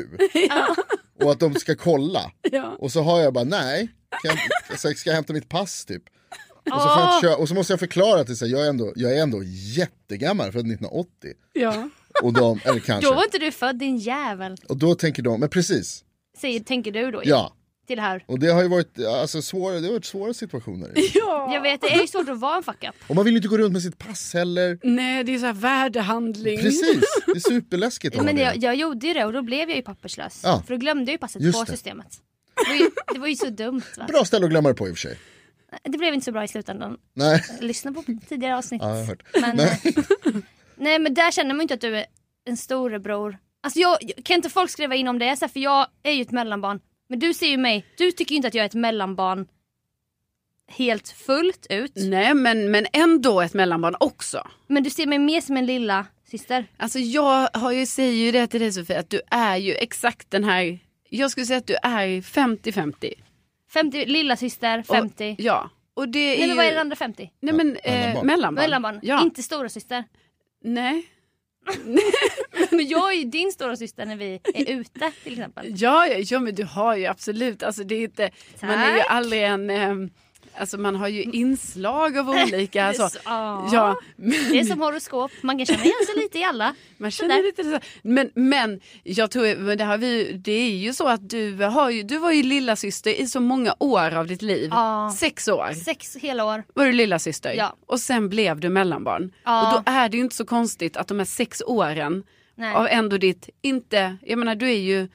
Speaker 3: Och att de ska kolla.
Speaker 2: Ja.
Speaker 3: Och så har jag bara nej, kan jag, så här, ska jag hämta mitt pass typ? Och så, får jag inte köra, och så måste jag förklara att det är så här, jag, är ändå, jag är ändå jättegammal, född 1980.
Speaker 2: ja.
Speaker 3: Och de, eller kanske.
Speaker 1: Då var inte du född din jävel.
Speaker 3: Och då tänker de, men precis,
Speaker 1: Säger, tänker du då
Speaker 3: ja.
Speaker 1: till det här.
Speaker 3: Och det har ju varit, alltså, svåra, det har varit svåra situationer.
Speaker 1: Jag vet, det är ju svårt att vara en fuck up.
Speaker 3: Och man vill ju inte gå runt med sitt pass heller.
Speaker 2: Nej, det är så här värdehandling.
Speaker 3: Precis, det är superläskigt. att ha
Speaker 1: Men
Speaker 3: det.
Speaker 1: jag, jag gjorde ju det och då blev jag ju papperslös.
Speaker 3: Ja.
Speaker 1: För då glömde jag ju passet
Speaker 3: Just
Speaker 1: på
Speaker 3: det.
Speaker 1: systemet. Det var, ju, det var ju så dumt. Va?
Speaker 3: Bra ställe att glömma det på i och för sig.
Speaker 1: Det blev inte så bra i slutändan.
Speaker 3: Nej,
Speaker 1: Lyssna på tidigare avsnitt.
Speaker 3: ja, jag har hört.
Speaker 1: Men, eh, nej men där känner man ju inte att du är en storebror. Alltså jag, kan inte folk skriva in om det? Så här, för jag är ju ett mellanbarn. Men du ser ju mig, du tycker ju inte att jag är ett mellanbarn helt fullt ut.
Speaker 2: Nej, men, men ändå ett mellanbarn också.
Speaker 1: Men du ser mig mer som en lilla syster.
Speaker 2: Alltså jag har ju, säger ju det till dig Sofia, att du är ju exakt den här, jag skulle säga att du är 50-50.
Speaker 1: 50, lilla syster, 50.
Speaker 2: Och, ja. Och det är
Speaker 1: nej men vad är den
Speaker 2: ju...
Speaker 1: andra 50?
Speaker 2: Nej men, eh,
Speaker 3: Mellanbarn.
Speaker 2: mellanbarn.
Speaker 1: Mellanbarn,
Speaker 2: Ja.
Speaker 1: inte stora syster.
Speaker 2: Nej.
Speaker 1: Men jag är ju din stora syster när vi är ute till exempel.
Speaker 2: Ja, ja, ja, men du har ju absolut, alltså det är inte, man är ju
Speaker 1: Tack.
Speaker 2: aldrig en, ehm, alltså man har ju inslag av olika,
Speaker 1: Det är
Speaker 2: alltså.
Speaker 1: så- ja.
Speaker 2: Ja, men-
Speaker 1: Det är som horoskop, man kan känna igen sig lite i alla.
Speaker 2: Man känner lite så. Men, men jag tror, men det, har vi, det är ju så att du, har ju, du var ju lilla syster i så många år av ditt liv.
Speaker 1: Ja.
Speaker 2: Sex år
Speaker 1: Sex hela år.
Speaker 2: var du lilla syster.
Speaker 1: Ja.
Speaker 2: Och sen blev du mellanbarn.
Speaker 1: Ja.
Speaker 2: Och då är det ju inte så konstigt att de här sex åren
Speaker 1: Nej.
Speaker 2: av ändå ditt, inte, jag menar du är ju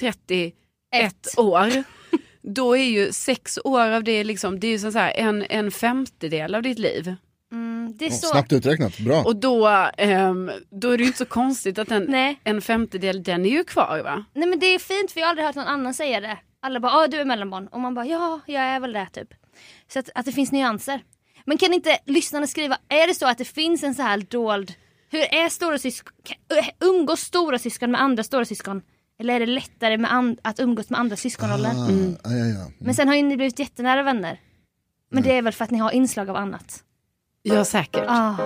Speaker 2: 31
Speaker 1: Ett.
Speaker 2: år. Då är ju sex år av det liksom, det är ju så här en, en femtedel av ditt liv.
Speaker 1: Mm, det är
Speaker 3: Åh,
Speaker 1: så.
Speaker 3: Snabbt uträknat, bra.
Speaker 2: Och då, ehm, då är det ju inte så konstigt att den,
Speaker 1: Nej.
Speaker 2: en femtedel, den är ju kvar va?
Speaker 1: Nej men det är fint för jag har aldrig hört någon annan säga det. Alla bara, ah du är mellanbarn. Och man bara, ja jag är väl det typ. Så att, att det finns nyanser. Men kan inte lyssnarna skriva, är det så att det finns en så här dold, hur är stora syskon, umgås stora syskon med andra stora syskon? Eller är det lättare med an- att umgås med andra syskonroller? Mm.
Speaker 3: ah, ja, ja, ja.
Speaker 1: Men sen har ju ni blivit jättenära vänner.
Speaker 2: Mm.
Speaker 1: Men det är väl för att ni har inslag av annat.
Speaker 2: Ja säkert.
Speaker 1: Ah.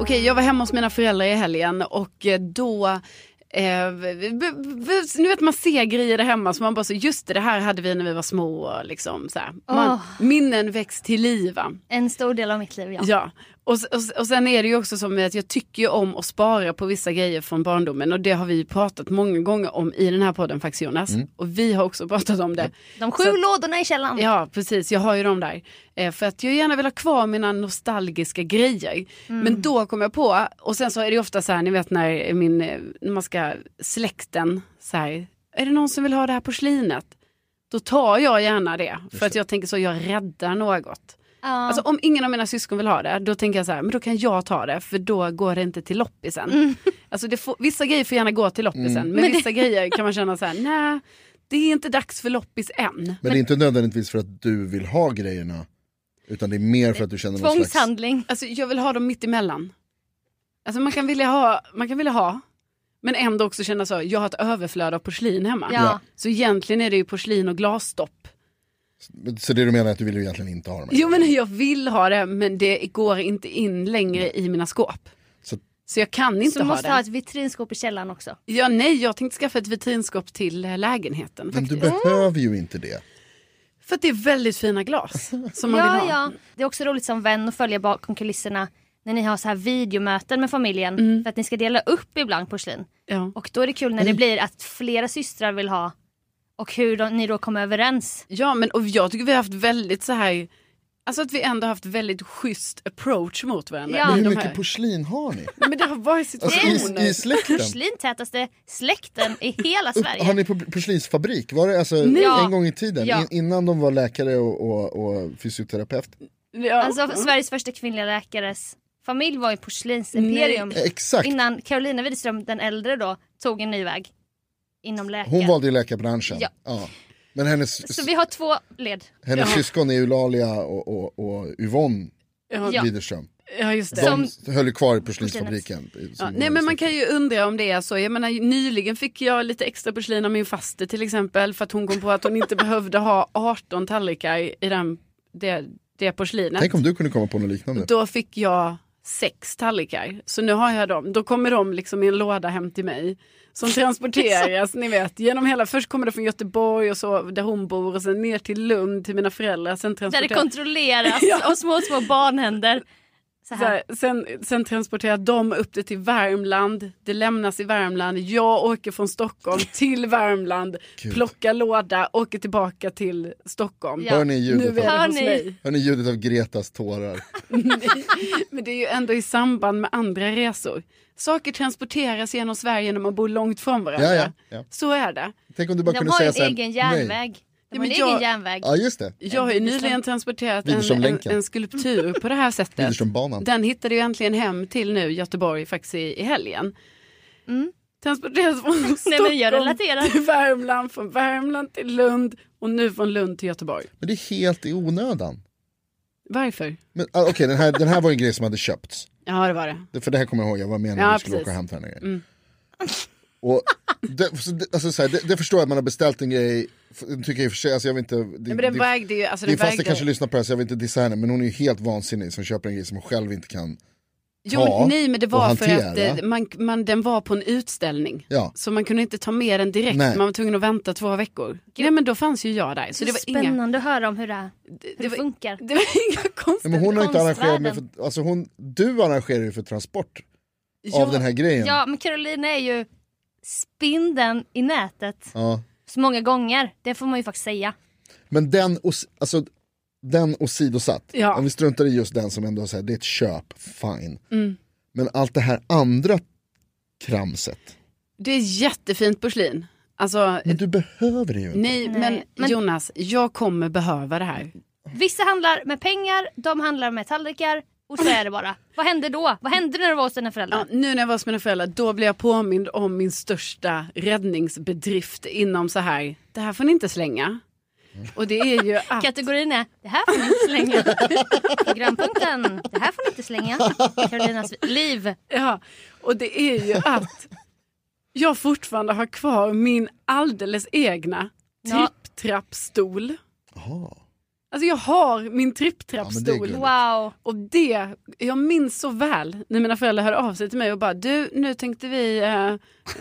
Speaker 2: Okej, jag var hemma hos mina föräldrar i helgen och eh, då eh, b- b- b- nu vet man ser grejer där hemma som man bara så just det, det här hade vi när vi var små. och Liksom, så här. Man,
Speaker 1: Åh.
Speaker 2: Minnen väcks till liv. va?
Speaker 1: En stor del av mitt liv ja.
Speaker 2: Ja, och, s- och, s- och sen är det ju också som att jag tycker ju om att spara på vissa grejer från barndomen och det har vi ju pratat många gånger om i den här podden faktiskt Jonas. Och vi har också pratat om det.
Speaker 1: De sju
Speaker 2: Så att-
Speaker 1: lådorna i källaren.
Speaker 2: Ja, precis. Jag har ju dem där. Eh, för att jag gärna vill ha kvar mina nostalgiska grejer. Men då kom jag på, och sen så är det ju ofta så här, ni vet när, min, eh, när man ska, släkten, så här, är det någon som vill ha det här porslinet? Då tar jag gärna det. För att jag tänker så, jag räddar något.
Speaker 1: Ja.
Speaker 2: Alltså om ingen av mina syskon vill ha det, då tänker jag så här, men då kan jag ta det, för då går det inte till loppisen. Alltså det får, vissa grejer får gärna gå till loppisen, men, vissa grejer kan man känna så här, nej, Det är inte dags för loppis än.
Speaker 3: Men det är inte nödvändigtvis för att du vill ha grejerna. Utan det är mer för att du känner någon slags...
Speaker 1: Tvångshandling.
Speaker 2: Alltså jag vill ha dem mitt emellan. Alltså man kan vilja ha, man kan vilja ha men ändå också känna så, jag har ett överflöd av porslin hemma.
Speaker 1: Ja.
Speaker 2: Så egentligen är det ju porslin och glasstopp.
Speaker 3: Så det du menar är att du vill ju egentligen inte ha dem?
Speaker 2: Jo men jag vill ha det men det går inte in längre i mina skåp.
Speaker 3: Så-
Speaker 2: Så, jag kan inte
Speaker 1: Så
Speaker 2: ha
Speaker 1: måste
Speaker 2: det.
Speaker 1: ha ett vitrinskåp i källaren också.
Speaker 2: Ja, nej, jag tänkte skaffa ett vitrinskåp till eh, lägenheten
Speaker 3: Men du
Speaker 2: faktiskt.
Speaker 3: behöver ju inte det.
Speaker 2: För att det är väldigt fina glas som man
Speaker 1: ja,
Speaker 2: vill ha.
Speaker 1: ja. Det är också roligt som vän att följa bakom kulisserna när ni har så här videomöten med familjen
Speaker 3: Mm.
Speaker 1: för att ni ska dela upp ibland porslin.
Speaker 2: Ja.
Speaker 1: Och då är det kul när det blir att flera systrar vill ha och hur de, ni då kommer överens.
Speaker 2: Ja, men och jag tycker vi har haft väldigt så här, alltså att vi ändå har haft väldigt schysst approach mot varandra.
Speaker 1: Ja.
Speaker 2: i
Speaker 3: Men hur
Speaker 2: de
Speaker 3: mycket
Speaker 2: här-
Speaker 3: porslin har ni?
Speaker 2: Men det har varit
Speaker 3: Alltså
Speaker 2: situationer.
Speaker 3: i, i släkten?
Speaker 1: Porslintätaste släkten i hela
Speaker 3: Upp,
Speaker 1: Sverige.
Speaker 3: har ni por- porslinsfabrik? Var det alltså
Speaker 1: Ja.
Speaker 3: en gång i tiden?
Speaker 1: Ja.
Speaker 3: In, innan de var läkare och, och, och fysioterapeut?
Speaker 2: Ja.
Speaker 1: Alltså Sveriges första kvinnliga läkares familj var ju porslinsimperium.
Speaker 3: Eh, Exakt,
Speaker 1: Innan Carolina Widerström den äldre då tog en ny väg inom läkaren.
Speaker 3: hon valde ju läkarbranschen. Ja.
Speaker 1: Ja.
Speaker 3: Men hennes,
Speaker 1: Så vi har två led.
Speaker 3: hennes syskon är Eulalia och, och, och Yvonne
Speaker 1: Ja.
Speaker 3: Widerström.
Speaker 2: ja, just det.
Speaker 3: De höll ju kvar i porslinsfabriken.
Speaker 2: Ja, nej men man kan ju undra om det är så. Jag menar nyligen fick jag lite extra porslin av min faster till exempel för att hon kom på att hon inte behövde ha 18 tallrikar i den, det, det porslinet.
Speaker 3: Tänk om du kunde komma på något liknande.
Speaker 2: Då fick jag sex tallrikar. Så nu har jag dem. Då kommer de liksom i en låda hem till mig. Som transporteras, ni vet, genom hela, först kommer det från Göteborg och så där hon bor och sen ner till Lund till mina föräldrar. Sen
Speaker 1: Där det
Speaker 2: transporteras,
Speaker 1: kontrolleras av små, små barnhänder. Så
Speaker 2: så
Speaker 1: här.
Speaker 2: här, sen, sen transporterar de upp det till Värmland. Det lämnas i Värmland. Jag åker från Stockholm till Värmland,
Speaker 3: Gud.
Speaker 2: plockar låda, åker tillbaka till Stockholm.
Speaker 1: Ja.
Speaker 3: Hör ni
Speaker 2: Nu är
Speaker 3: ljudet,
Speaker 2: det
Speaker 3: av,
Speaker 1: Hör
Speaker 2: hos
Speaker 1: ni?
Speaker 2: mig.
Speaker 3: hör ni ljudet av Gretas tårar?
Speaker 2: Men det är ju ändå i samband med andra resor. Saker transporteras genom Sverige när man bor långt från varandra.
Speaker 3: Ja, ja, ja.
Speaker 2: Så är det.
Speaker 3: Tänk om du bara
Speaker 1: De
Speaker 3: kunde
Speaker 1: har ju
Speaker 3: säga
Speaker 1: en
Speaker 3: så här,
Speaker 1: egen
Speaker 3: Nej.
Speaker 1: järnväg. De
Speaker 2: Ja,
Speaker 1: har en
Speaker 2: men jag-
Speaker 1: egen järnväg.
Speaker 3: Ja just det,
Speaker 2: Jag har ju nyligen transporterat en, en,
Speaker 3: Widerströmlänken.
Speaker 2: en skulptur på det här sättet.
Speaker 3: Widerströmbanan.
Speaker 2: Den hittade ju äntligen hem till nu Göteborg faktiskt i, i helgen. Transporteras från
Speaker 1: Mm. Nej, men jag
Speaker 2: Stockholm
Speaker 1: relaterar.
Speaker 2: till Värmland, från Värmland till Lund och nu från Lund till Göteborg.
Speaker 3: Men det är helt i onödan.
Speaker 2: Varför?
Speaker 3: Men ah, okej, den, här, den här var ju en grej som hade köpts.
Speaker 2: Ja, det var det.
Speaker 3: Det- För det här kommer jag ihåg, jag var med när
Speaker 2: Ja,
Speaker 3: vi skulle
Speaker 2: precis. Mm.
Speaker 3: åka och hämta den här grejen. Och det, så det- alltså, så här, det, det förstår jag att man har beställt en grej, f- tycker jag i och för sig, alltså, jag vill inte... Din,
Speaker 2: Ja, men den vägde ju... Alltså,
Speaker 3: din
Speaker 2: den
Speaker 3: faster
Speaker 2: vägde...
Speaker 3: kanske lyssnar på det här så jag vill inte dissa henne, men hon är ju helt vansinnig som köper en grej som hon själv inte kan. ta
Speaker 2: Jo, nej, men det var
Speaker 3: och
Speaker 2: för att
Speaker 3: hantera.
Speaker 2: eh, man, man, den var på en utställning.
Speaker 3: Ja.
Speaker 2: Så man kunde inte ta med den direkt,
Speaker 3: Nej.
Speaker 2: man var tvungen att vänta två veckor. Nej men då fanns ju jag där. Så det var inga,
Speaker 1: Spännande att höra om hur det, här, hur det,
Speaker 2: var-
Speaker 1: funkar.
Speaker 2: det var inga
Speaker 3: Ja,
Speaker 2: konstiga...
Speaker 3: men hon har ju inte arrangerat med,
Speaker 1: Konstvärlden.
Speaker 3: för, alltså hon, du arrangerar ju för transport av den här grejen.
Speaker 1: Ja, men Carolina är ju spindeln i nätet
Speaker 3: Ja.
Speaker 1: så många gånger. Det får man ju faktiskt säga.
Speaker 3: Men den, os- alltså, den åsidosatt,
Speaker 2: Ja.
Speaker 3: om vi struntar i just den som ändå säger det är ett köp, fine.
Speaker 2: Mm.
Speaker 3: Men allt det här andra kramset,
Speaker 2: Det är jättefint porslin. Alltså,
Speaker 3: men du behöver det ju inte.
Speaker 2: nej, men,
Speaker 1: men-
Speaker 2: Jonas, jag kommer behöva det här.
Speaker 1: Vissa handlar med pengar, de handlar med tallrikar och så är det bara. Vad hände då? Vad hände när du var hos dina föräldrar?
Speaker 2: Ja, nu när jag var hos mina föräldrar, då blev jag påmind om min största räddningsbedrift inom så här, det här får ni inte slänga. Och det är ju att...
Speaker 1: Kategorin är det här får ni inte slänga. Programpunkten det här får ni inte slänga. Karolinas liv.
Speaker 2: Ja, och det är ju att jag fortfarande har kvar min alldeles egna
Speaker 1: Ja.
Speaker 2: tripptrappstol.
Speaker 3: Jaha.
Speaker 2: Alltså jag har min
Speaker 3: Ja, men det är
Speaker 2: tripptrappstol.
Speaker 3: gulligt.
Speaker 1: Wow.
Speaker 2: och det, jag minns så väl när mina föräldrar hörde av sig till mig och bara du, nu tänkte vi, eh,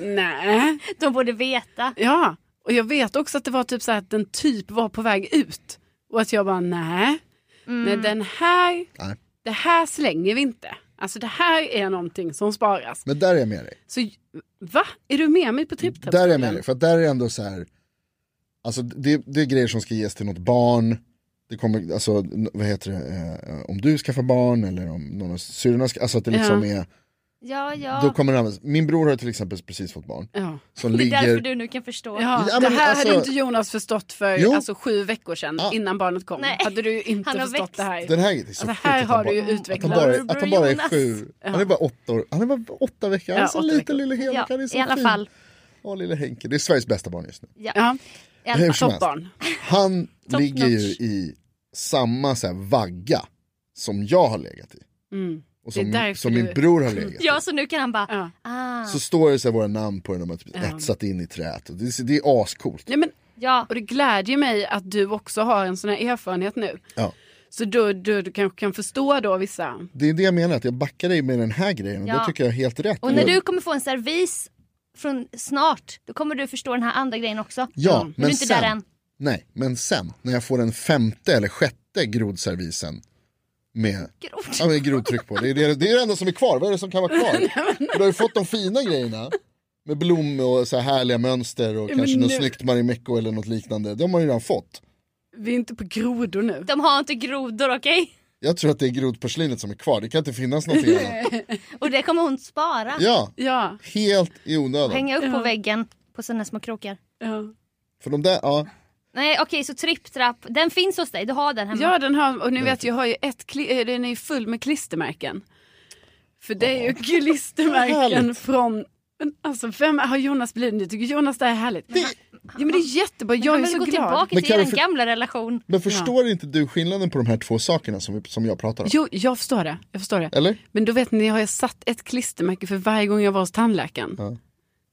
Speaker 2: nej.
Speaker 1: De borde veta.
Speaker 2: Ja, och jag vet också att det var typ så här att den typ var på väg ut. Och att jag bara, nej, nej
Speaker 1: Mm.
Speaker 2: den här,
Speaker 3: Nej.
Speaker 2: det här slänger vi inte. Alltså det här är någonting som sparas.
Speaker 3: Men där är jag med dig.
Speaker 2: Så va? Är du med mig på tripptrappstolen?
Speaker 3: Där är jag med dig, för att där är det ändå så här, alltså det, det är grejer som ska ges till något barn, det kommer, alltså n- vad heter det, eh, om du skaffar barn eller om någon av syrrorna, ska- alltså att det liksom är,
Speaker 1: Ja, ja.
Speaker 3: då kommer det användas. Min bror har till exempel precis fått barn,
Speaker 2: Ja.
Speaker 3: som
Speaker 1: det är därför
Speaker 3: ligger,
Speaker 1: du nu kan förstå.
Speaker 2: Ja,
Speaker 3: Ja,
Speaker 2: det
Speaker 3: men
Speaker 2: här
Speaker 3: alltså-
Speaker 2: hade inte Jonas förstått för
Speaker 3: Jo.
Speaker 2: alltså, sju veckor sedan
Speaker 3: Ja.
Speaker 2: innan barnet kom.
Speaker 1: Nej.
Speaker 2: Hade du ju inte
Speaker 1: Han har
Speaker 2: förstått
Speaker 1: växt.
Speaker 2: det här.
Speaker 3: den här det är så
Speaker 2: det
Speaker 3: sjukt
Speaker 2: Alltså, här
Speaker 3: att
Speaker 2: har
Speaker 3: han
Speaker 2: du
Speaker 3: bara-
Speaker 2: ju
Speaker 1: Mm.
Speaker 3: Att han
Speaker 2: utvecklat.
Speaker 3: bara, att han bara är
Speaker 1: Jonas.
Speaker 3: sju, han är bara åtta år, han är bara åtta veckor, han är
Speaker 2: Ja,
Speaker 3: så
Speaker 2: åtta
Speaker 3: liten
Speaker 2: veckor.
Speaker 3: lille Henrik,
Speaker 1: Ja,
Speaker 3: han är så
Speaker 1: i alla
Speaker 3: fin.
Speaker 1: fall.
Speaker 3: Åh lille Henke, det är Sveriges bästa barn just nu.
Speaker 2: Ja.
Speaker 1: I alla
Speaker 3: Hur
Speaker 1: fall.
Speaker 3: som helst.
Speaker 2: Toppbarn.
Speaker 3: Han
Speaker 1: Top
Speaker 3: ligger ju
Speaker 1: notch.
Speaker 3: i samma så här, vagga som jag har legat i.
Speaker 2: Mm.
Speaker 3: Och
Speaker 2: Det är
Speaker 3: som,
Speaker 2: därför
Speaker 3: som min
Speaker 2: du-
Speaker 3: bror har legat i.
Speaker 1: Ja, så nu kan han bara,
Speaker 2: Ja.
Speaker 1: ah,
Speaker 3: Så står det så här, våra namn på den, de har typ
Speaker 2: Ja.
Speaker 3: etsat in i träet. Och det, är- det är ascoolt.
Speaker 2: Nej, men,
Speaker 1: ja.
Speaker 2: och det glädjer mig att du också har en sån här erfarenhet nu.
Speaker 3: Ja.
Speaker 2: Så du, du, du kanske kan förstå då vissa.
Speaker 3: Det är det jag menar, att jag backar dig med den här grejen och det
Speaker 1: Ja.
Speaker 3: tycker jag är helt rätt.
Speaker 1: Och när
Speaker 3: Jag-
Speaker 1: du kommer få en servis från snart, då kommer du förstå den här andra grejen också.
Speaker 3: Ja,
Speaker 1: Men du är
Speaker 3: men
Speaker 1: inte
Speaker 3: sen,
Speaker 1: där än.
Speaker 3: Nej, men sen när jag får den femte eller sjätte grodservisen med,
Speaker 1: Grovt.
Speaker 3: ja, med grodtryck på, det är det, det är det enda som är kvar. Vad är det som kan vara kvar? Du har ju fått de fina grejerna med blommor och så här härliga mönster och
Speaker 2: Ja, men
Speaker 3: kanske något
Speaker 2: nu-
Speaker 3: snyggt marimekko eller något liknande. De har ju redan fått.
Speaker 2: Vi är inte på grodor nu.
Speaker 1: De har inte grodor, okej?
Speaker 3: Jag tror att det är grodporslinet som är kvar, det kan inte finnas något annat.
Speaker 1: Och det kommer hon spara.
Speaker 3: Ja,
Speaker 2: Ja,
Speaker 3: helt i onödan.
Speaker 1: Hänga upp på
Speaker 2: Ja.
Speaker 1: väggen på sådana små krokar.
Speaker 3: Mm.
Speaker 2: ja.
Speaker 3: För de där, ja,
Speaker 1: Nej okej så tripptrapp, den finns hos dig, du har den hemma.
Speaker 2: ja den har, och ni vet jag har ju ett, kli- eh, den är ju full med klistermärken. För det är ju klistermärken
Speaker 3: Härligt.
Speaker 2: från, men alltså vem har Jonas blivit nu? Tycker Jonas det här är härligt? ja men det är jättebra, jag
Speaker 1: Han
Speaker 2: är
Speaker 1: vill
Speaker 2: så
Speaker 1: gå
Speaker 2: glad.
Speaker 1: tillbaka
Speaker 3: Men
Speaker 1: till
Speaker 3: kan
Speaker 1: er
Speaker 3: vi för-
Speaker 1: gamla relation.
Speaker 3: men förstår inte du skillnaden på de här två sakerna som, vi, som jag pratar om?
Speaker 2: Jo, jag förstår det. Jag förstår det.
Speaker 3: Eller?
Speaker 2: Men då vet ni, har jag satt ett klistermärke för varje gång jag var hos tandläkaren.
Speaker 3: Ja.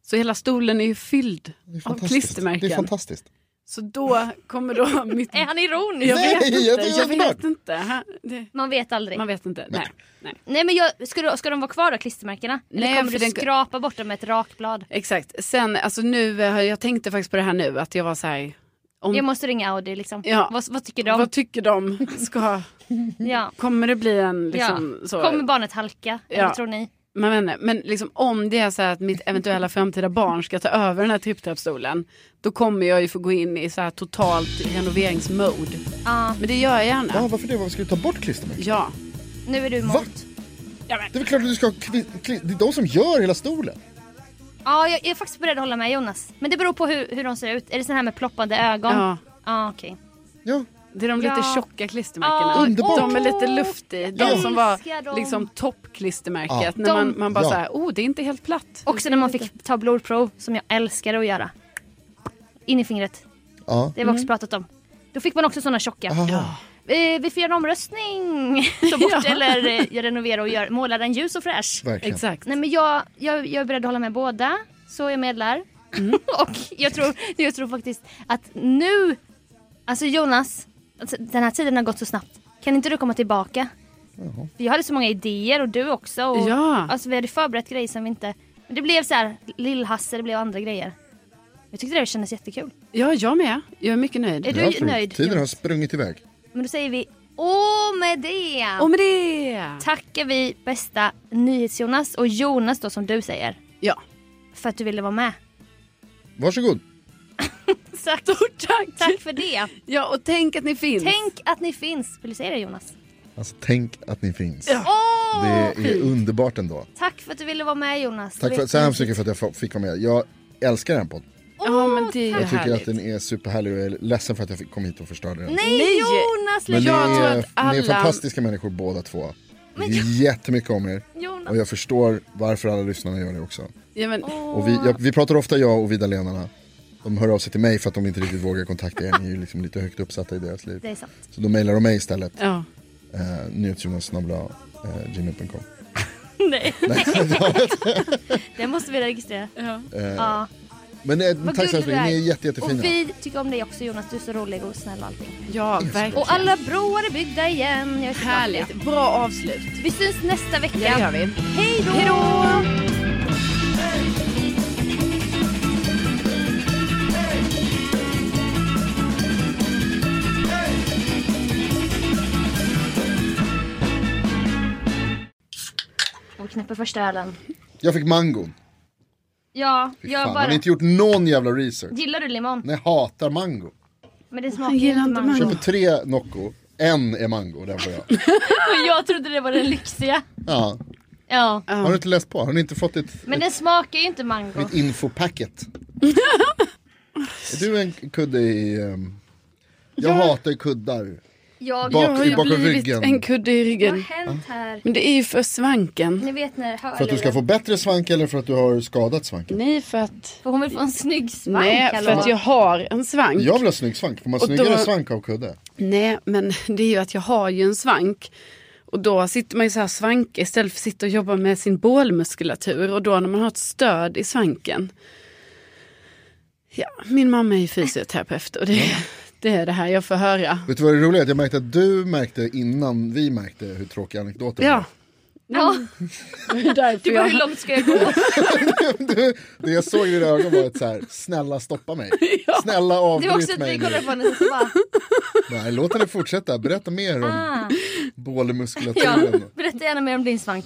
Speaker 2: Så hela stolen är ju fylld
Speaker 3: Det är
Speaker 2: av
Speaker 3: fantastiskt. Det är
Speaker 2: klistermärken.
Speaker 3: fantastiskt.
Speaker 2: Så då kommer då mitt...
Speaker 1: Är han ironisk?
Speaker 2: Jag
Speaker 3: Nej,
Speaker 2: vet inte.
Speaker 3: jag tycker
Speaker 2: Jag
Speaker 3: det är
Speaker 2: vet inte. Ha, det...
Speaker 1: Man vet aldrig.
Speaker 2: Man vet inte. Nej. Nej.
Speaker 1: Nej men jag, ska, du, ska de vara kvar då klistermärkena?
Speaker 2: Nej,
Speaker 1: Eller kommer
Speaker 2: för
Speaker 1: du
Speaker 2: den-
Speaker 1: skrapa bort dem med ett rakblad?
Speaker 2: Exakt. Sen, alltså nu, eh, jag tänkte faktiskt på det här nu, att jag var så här... Om...
Speaker 1: Jag måste ringa Audi liksom.
Speaker 2: Ja.
Speaker 1: Vad, vad tycker de?
Speaker 2: Vad tycker de? Ska...
Speaker 1: ja.
Speaker 2: Kommer det bli en liksom
Speaker 1: ja.
Speaker 2: så?
Speaker 1: Kommer barnet halka?
Speaker 2: Ja.
Speaker 1: Eller tror ni?
Speaker 2: Man vet inte, men liksom, om det är så här att mitt eventuella framtida barn ska ta över den här tripptrappstolen, då kommer jag ju få gå in i så här totalt renoveringsmode.
Speaker 1: Ja,
Speaker 2: Men det gör jag gärna.
Speaker 3: Ja, varför det? Varför ska du ta bort klistermärken?
Speaker 2: Ja.
Speaker 1: nu är du
Speaker 3: Va?
Speaker 1: emot.
Speaker 3: Det är väl klart att du ska ha kli, kli, Det är de som gör hela stolen.
Speaker 1: Ja, jag är faktiskt beredd att hålla med Jonas. Men det beror på hur, hur de ser ut. Är det sån här med ploppande ögon?
Speaker 2: ja.
Speaker 1: Ja, okej.
Speaker 3: Ja,
Speaker 2: Det är de lite
Speaker 1: Ja.
Speaker 2: tjocka klistermärkena.
Speaker 1: Ja,
Speaker 3: Underbart.
Speaker 2: De är lite luftig. De
Speaker 1: jag
Speaker 2: som var
Speaker 1: älskar dem.
Speaker 2: liksom toppklistermärket.
Speaker 3: Ja.
Speaker 2: När man,
Speaker 1: De-
Speaker 2: man bara
Speaker 3: Ja.
Speaker 2: så här, oh det är inte helt platt.
Speaker 1: Också när man fick ta blodprov, som jag älskade att göra. In i fingret. Det
Speaker 3: ja.
Speaker 1: har vi
Speaker 2: Mm.
Speaker 1: också pratat om. Då fick man också såna tjocka.
Speaker 3: Aha.
Speaker 1: Eh, vi får göra en omröstning. Ta bort
Speaker 2: Ja.
Speaker 1: eller eh, renovera och gör, måla den ljus och fräsch.
Speaker 3: verkligen.
Speaker 2: Exakt.
Speaker 1: Nej men jag, jag, jag är beredd att hålla med båda. Så jag medlar.
Speaker 2: Mm.
Speaker 1: och jag tror, jag tror faktiskt att nu, alltså Jonas, alltså, den här tiden har gått så snabbt. Kan inte du komma tillbaka? För jag hade så många idéer och du också. Och,
Speaker 2: Ja.
Speaker 1: Alltså vi hade förberett grejer som vi inte... Men det blev så här, Lill-Hasse, det blev andra grejer. Jag tyckte det kändes jättekul.
Speaker 2: Ja, jag med. Jag är mycket nöjd.
Speaker 1: Är
Speaker 3: Jag
Speaker 1: du
Speaker 3: tror
Speaker 1: nöjd?
Speaker 3: Tiden har
Speaker 1: Jonas?
Speaker 3: sprungit iväg.
Speaker 1: Men då säger vi åh med det!
Speaker 2: Och med det!
Speaker 1: Tackar vi bästa NyhetsJonas och Jonas då som du säger.
Speaker 2: Ja.
Speaker 1: För att du ville vara med.
Speaker 3: Varsågod.
Speaker 1: Tack.
Speaker 2: Stort tack!
Speaker 1: Tack för det.
Speaker 2: Ja, och tänk att ni finns.
Speaker 1: Tänk att ni finns. Vill du säga det Jonas?
Speaker 3: Alltså tänk att ni finns.
Speaker 1: Åh!
Speaker 3: Det är underbart ändå.
Speaker 1: Tack för att du ville vara med Jonas.
Speaker 3: Tack för, så hemskt mycket för att jag f- fick vara med. Jag älskar den här podden.
Speaker 2: Ja, men det är
Speaker 3: Jag tycker
Speaker 2: härligt.
Speaker 3: att den är superhärlig och jag är ledsen för att jag fick komma hit och förstörde den.
Speaker 1: Nej,
Speaker 2: Nej.
Speaker 1: Jonas!
Speaker 3: Men
Speaker 1: Men
Speaker 3: ni
Speaker 2: jag tror att
Speaker 3: är, ni är
Speaker 2: alla-
Speaker 3: fantastiska människor båda två. Jag tycker jättemycket om er.
Speaker 1: Jonas.
Speaker 3: Och jag förstår varför alla lyssnarna gör det också.
Speaker 2: Ja, men,
Speaker 3: Och vi, jag, vi pratar ofta jag och Vidalenarna. De hör av sig till mig för att de inte riktigt vågar kontakta er. Ni är ju liksom lite högt uppsatta i deras liv.
Speaker 1: Det är sant.
Speaker 3: Så då mejlar de mig istället.
Speaker 2: ja.
Speaker 3: Eh, Nyhetsjonas.gmail.com
Speaker 1: Nej. det måste vi registrera.
Speaker 2: Ja.
Speaker 3: eh,
Speaker 1: Ja.
Speaker 3: Men eh, tack så
Speaker 1: gullig du
Speaker 3: hemskt mycket, ni är
Speaker 1: är.
Speaker 3: jätte, jättefina.
Speaker 1: Och vi tycker om dig också Jonas. Du är så rolig och snäll och allting.
Speaker 2: ja, verkligen.
Speaker 1: Och alla broar är byggda igen. Jag är så glad för det.
Speaker 2: Härligt. Bra avslut.
Speaker 1: Vi syns nästa vecka.
Speaker 2: Ja, det gör vi.
Speaker 1: Hej då! Hej då! Och knäpper första ölen.
Speaker 3: Jag fick mangon.
Speaker 1: Ja,
Speaker 3: Fy
Speaker 1: jag
Speaker 3: fan,
Speaker 1: bara...
Speaker 3: har ni inte gjort någon jävla research?
Speaker 1: Gillar du limon?
Speaker 3: Nej, hatar mango.
Speaker 1: Men det smakar
Speaker 2: Han
Speaker 1: ju
Speaker 2: gillar
Speaker 1: inte
Speaker 2: inte
Speaker 1: mango.
Speaker 2: mango.
Speaker 3: Köper tre Nocco, en är mango, den får jag.
Speaker 1: Och jag trodde det var den lyxiga.
Speaker 3: Ja.
Speaker 1: Ja.
Speaker 3: Har du inte läst på? Har ni inte fått ett,
Speaker 1: Men den smakar ju inte mango.
Speaker 3: ett infopacket? är du en kudde i... ehm, jag hatar kuddar.
Speaker 1: Jag,
Speaker 3: Bak-
Speaker 1: jag
Speaker 2: jag har ju
Speaker 3: i bakom
Speaker 2: blivit
Speaker 3: ryggen.
Speaker 2: en kudde i
Speaker 1: Vad har
Speaker 2: ryggen.
Speaker 1: hänt här?
Speaker 2: Men det är ju för svanken.
Speaker 1: Ni vet när
Speaker 3: För att du ska få bättre svank eller för att du har skadat svanken?
Speaker 2: Nej för att,
Speaker 1: För hon vill få en snygg svank.
Speaker 2: nej, för
Speaker 1: hallå.
Speaker 2: att jag har en svank.
Speaker 3: Jag vill ha snygg svank, får man
Speaker 2: Och
Speaker 3: snyggare
Speaker 2: då-
Speaker 3: svank av kudde?
Speaker 2: Nej men det är ju att jag har ju en svank. Och då sitter man ju så här svank istället för att sitta och jobba med sin bålmuskulatur. Och då när man har ett stöd i svanken. Ja, min mamma är ju fysioterapeut och det, det är det här jag får höra.
Speaker 3: Vet du vad det roliga är? Jag märkte att du märkte innan vi märkte hur tråkig anekdoten
Speaker 2: Ja, Mm.
Speaker 1: ja,
Speaker 2: det är därför
Speaker 1: du bara, hur
Speaker 2: jag...
Speaker 1: långt ska jag gå?
Speaker 3: var. Du, det jag såg i dina ögon var ett så här, snälla stoppa mig. Snälla
Speaker 1: Det var också
Speaker 3: avbryt
Speaker 1: att
Speaker 3: mig
Speaker 1: vi
Speaker 3: nu.
Speaker 1: kollade på henne och så bara,
Speaker 3: Nej, låt henne fortsätta, berätta mer om bålmuskulaturen.
Speaker 1: Ah. ja, berätta gärna mer om din svank.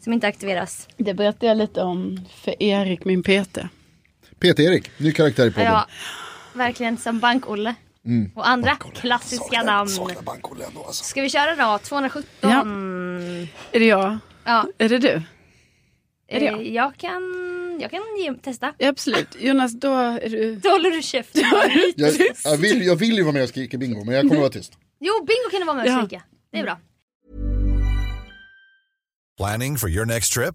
Speaker 1: Som inte aktiveras.
Speaker 2: Det berättade jag lite om för Erik, min PT.
Speaker 3: Peter Erik, ny karaktär i podden.
Speaker 1: Ja, verkligen som Bank-Olle. Och andra klassiska namn.
Speaker 3: Mm. Saknar Bank-Olle ändå alltså.
Speaker 1: Ska vi köra då? 217?
Speaker 2: Ja. Är det jag?
Speaker 1: Ja.
Speaker 2: Är det du? det
Speaker 1: Eh, jag kan, jag kan ge, testa.
Speaker 2: Ja, absolut. Jonas, då är du...
Speaker 1: Då håller du käften.
Speaker 3: Jag, jag, vill, jag vill ju vara med och skrika bingo, men jag kommer att vara tyst.
Speaker 1: Jo, bingo kan du vara med och
Speaker 2: Ja.
Speaker 1: skrika. Det är bra.
Speaker 4: Planning for your next trip?